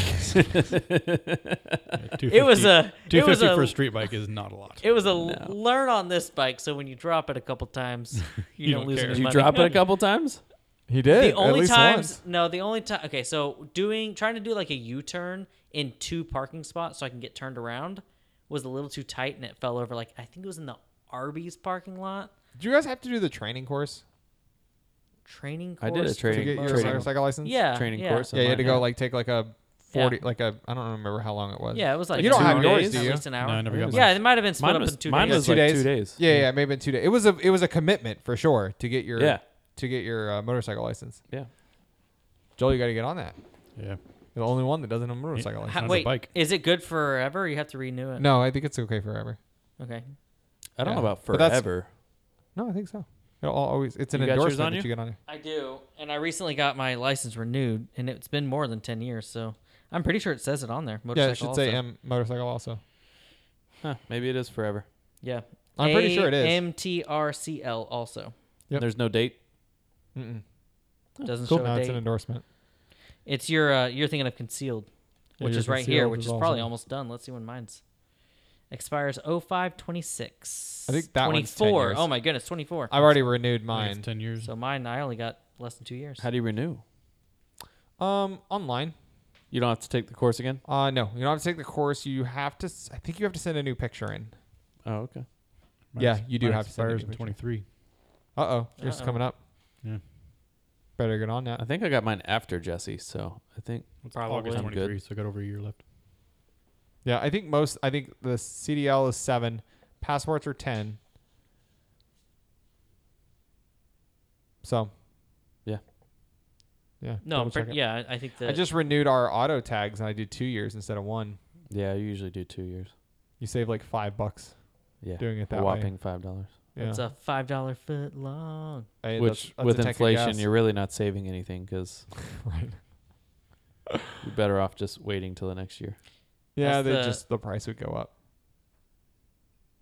Speaker 2: it was a
Speaker 4: two
Speaker 2: it was
Speaker 4: fifty
Speaker 2: a,
Speaker 4: for a street bike is not a lot.
Speaker 2: It was a learn on this bike, so when you drop it a couple times, you,
Speaker 4: You
Speaker 2: don't,
Speaker 4: don't
Speaker 2: lose
Speaker 4: care.
Speaker 2: any
Speaker 3: Did you
Speaker 2: money.
Speaker 3: drop it a couple times?
Speaker 1: He did.
Speaker 2: The
Speaker 1: at
Speaker 2: only
Speaker 1: least
Speaker 2: times,
Speaker 1: once.
Speaker 2: no, the only time. Okay, so doing trying to do like a U turn in two parking spots so I can get turned around was a little too tight and it fell over. Like I think it was in the Arby's parking lot
Speaker 1: Did you guys have to do the training course
Speaker 2: training course.
Speaker 3: I did a
Speaker 2: for the
Speaker 1: to
Speaker 3: training-
Speaker 1: get your
Speaker 2: motorcycle.
Speaker 3: training-
Speaker 1: motorcycle license?
Speaker 2: Yeah,
Speaker 3: training
Speaker 2: yeah.
Speaker 3: course.
Speaker 1: Yeah, you had to go
Speaker 3: Yeah.
Speaker 1: like take like a forty, like a I don't remember how long it was.
Speaker 2: Yeah, it was like
Speaker 1: you don't
Speaker 2: two
Speaker 1: have
Speaker 2: hours,
Speaker 1: yours, do you?
Speaker 2: At least an hour.
Speaker 4: No, I never got
Speaker 2: yeah,
Speaker 4: mine.
Speaker 2: it might have been split
Speaker 3: Mine
Speaker 2: up
Speaker 3: was-
Speaker 2: in two
Speaker 3: mine
Speaker 1: Yeah,
Speaker 2: days.
Speaker 3: was
Speaker 1: two
Speaker 3: like
Speaker 1: days.
Speaker 3: two days.
Speaker 1: Yeah, yeah, maybe two days. It was a it was a commitment for sure to get your
Speaker 3: Yeah.
Speaker 1: to get your uh, motorcycle license.
Speaker 3: Yeah.
Speaker 1: Joel, you got to get on that.
Speaker 4: Yeah.
Speaker 1: You're the only one that doesn't have a motorcycle
Speaker 2: Ha-
Speaker 1: license.
Speaker 4: Sounds like
Speaker 2: wait,
Speaker 4: bike.
Speaker 2: is it good forever? Or you have to renew it.
Speaker 1: No, I think it's okay forever.
Speaker 2: Okay.
Speaker 3: I don't
Speaker 1: Yeah.
Speaker 3: know about
Speaker 1: But that's-
Speaker 3: forever.
Speaker 1: No, I think so. It'll al- always it's an
Speaker 3: You got yours
Speaker 1: endorsement
Speaker 3: on
Speaker 1: that
Speaker 3: you?
Speaker 1: you get on there.
Speaker 2: I do, and I recently got my license renewed, and it's been more than ten years, so I'm pretty sure it says it on there.
Speaker 1: Yeah,
Speaker 2: Motorcycle
Speaker 1: it should
Speaker 2: also.
Speaker 1: say M motorcycle also.
Speaker 3: Huh, maybe it is forever.
Speaker 2: Yeah,
Speaker 1: I'm pretty sure it is.
Speaker 2: M T R C L also
Speaker 1: Yep.
Speaker 3: There's no date.
Speaker 1: Mm-mm.
Speaker 2: doesn't
Speaker 1: Oh, Cool.
Speaker 2: show
Speaker 1: No,
Speaker 2: a
Speaker 1: it's an
Speaker 2: date.
Speaker 1: endorsement.
Speaker 2: It's your uh, you're thinking of concealed,
Speaker 4: Yeah,
Speaker 2: which
Speaker 4: your
Speaker 2: is right here,
Speaker 4: concealed
Speaker 2: which
Speaker 4: is
Speaker 2: is, probably
Speaker 4: also-
Speaker 2: almost done. Let's see when mine's expires 0526.
Speaker 1: I think that one's 10
Speaker 2: 24.
Speaker 1: years.
Speaker 2: Oh my goodness, 24.
Speaker 1: I've already renewed
Speaker 4: I think
Speaker 1: mine.
Speaker 4: it's ten years.
Speaker 2: so mine I only got less than 2 years.
Speaker 3: How do you renew?
Speaker 1: Um, online.
Speaker 3: You don't have to take the course again.
Speaker 1: Uh, no, you don't have to take the course. You have to. s- I think you have to send a new picture in.
Speaker 3: Oh, okay.
Speaker 1: Yeah, you do
Speaker 4: mine
Speaker 1: have to send it
Speaker 4: expires
Speaker 1: to
Speaker 4: in
Speaker 1: me.
Speaker 4: 23.
Speaker 1: Uh oh, yours is
Speaker 2: Uh-oh.
Speaker 1: coming up.
Speaker 4: Yeah.
Speaker 1: Better get on
Speaker 3: I
Speaker 1: that.
Speaker 3: think I got mine after Jesse, so I think
Speaker 4: It's
Speaker 2: Probably.
Speaker 4: August
Speaker 3: I'm
Speaker 4: 23, so I got over a year left.
Speaker 1: Yeah, I think most. I think the CDL is seven. Passports are ten. So.
Speaker 3: Yeah.
Speaker 1: Yeah.
Speaker 2: No, I'm
Speaker 1: double check
Speaker 2: pretty,
Speaker 1: it.
Speaker 2: yeah, I think that.
Speaker 1: I just renewed our auto tags and I did two years instead of one.
Speaker 3: yeah, you usually do two years.
Speaker 1: You save like five bucks
Speaker 3: Yeah,
Speaker 1: doing it that
Speaker 3: a whopping
Speaker 1: way.
Speaker 3: five dollars.
Speaker 1: Yeah.
Speaker 2: It's a five dollar foot long.
Speaker 1: I- that's-
Speaker 3: Which
Speaker 1: that's a
Speaker 3: with
Speaker 1: take a
Speaker 3: inflation,
Speaker 1: guess.
Speaker 3: you're really not saving anything because
Speaker 1: right.
Speaker 3: you're better off just waiting till the next year.
Speaker 1: Yeah,
Speaker 2: That's
Speaker 1: they
Speaker 2: the-
Speaker 1: just the price would go up.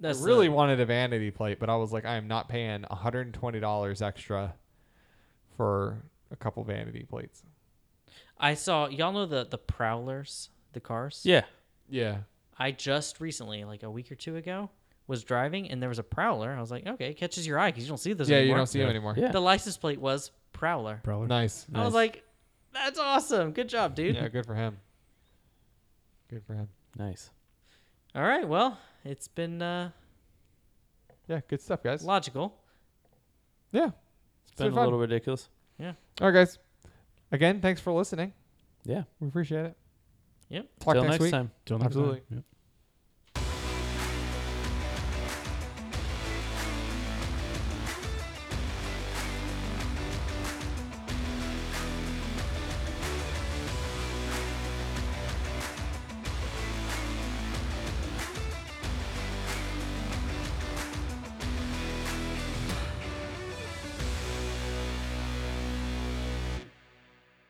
Speaker 2: That's
Speaker 1: I really
Speaker 2: the,
Speaker 1: wanted a vanity plate, but I was like, I am not paying $120 extra for a couple vanity plates.
Speaker 2: I saw y'all know the the prowlers, the cars.
Speaker 3: Yeah,
Speaker 1: Yeah.
Speaker 2: I just recently, like a week or two ago, was driving and there was a prowler. I was like, okay, it catches your eye because you don't see this.
Speaker 1: yeah, you
Speaker 2: anymore.
Speaker 1: don't see them anymore.
Speaker 3: Yeah.
Speaker 2: The license plate was prowler.
Speaker 4: Prowler.
Speaker 1: Nice.
Speaker 2: I was
Speaker 3: Nice.
Speaker 2: like, that's awesome. Good job, dude.
Speaker 1: Yeah, good for him. Good for him.
Speaker 3: nice.
Speaker 2: All right, well, it's been uh,
Speaker 1: Yeah, good stuff, guys.
Speaker 2: logical.
Speaker 1: Yeah.
Speaker 3: It's been a
Speaker 1: fun.
Speaker 3: little ridiculous.
Speaker 1: All right, guys. Again, thanks for listening.
Speaker 3: Yeah.
Speaker 1: We appreciate it.
Speaker 2: Yep.
Speaker 1: Talk
Speaker 3: till
Speaker 1: next,
Speaker 3: next
Speaker 1: week.
Speaker 3: time.
Speaker 4: Till next time.
Speaker 1: Absolutely.
Speaker 4: Yep.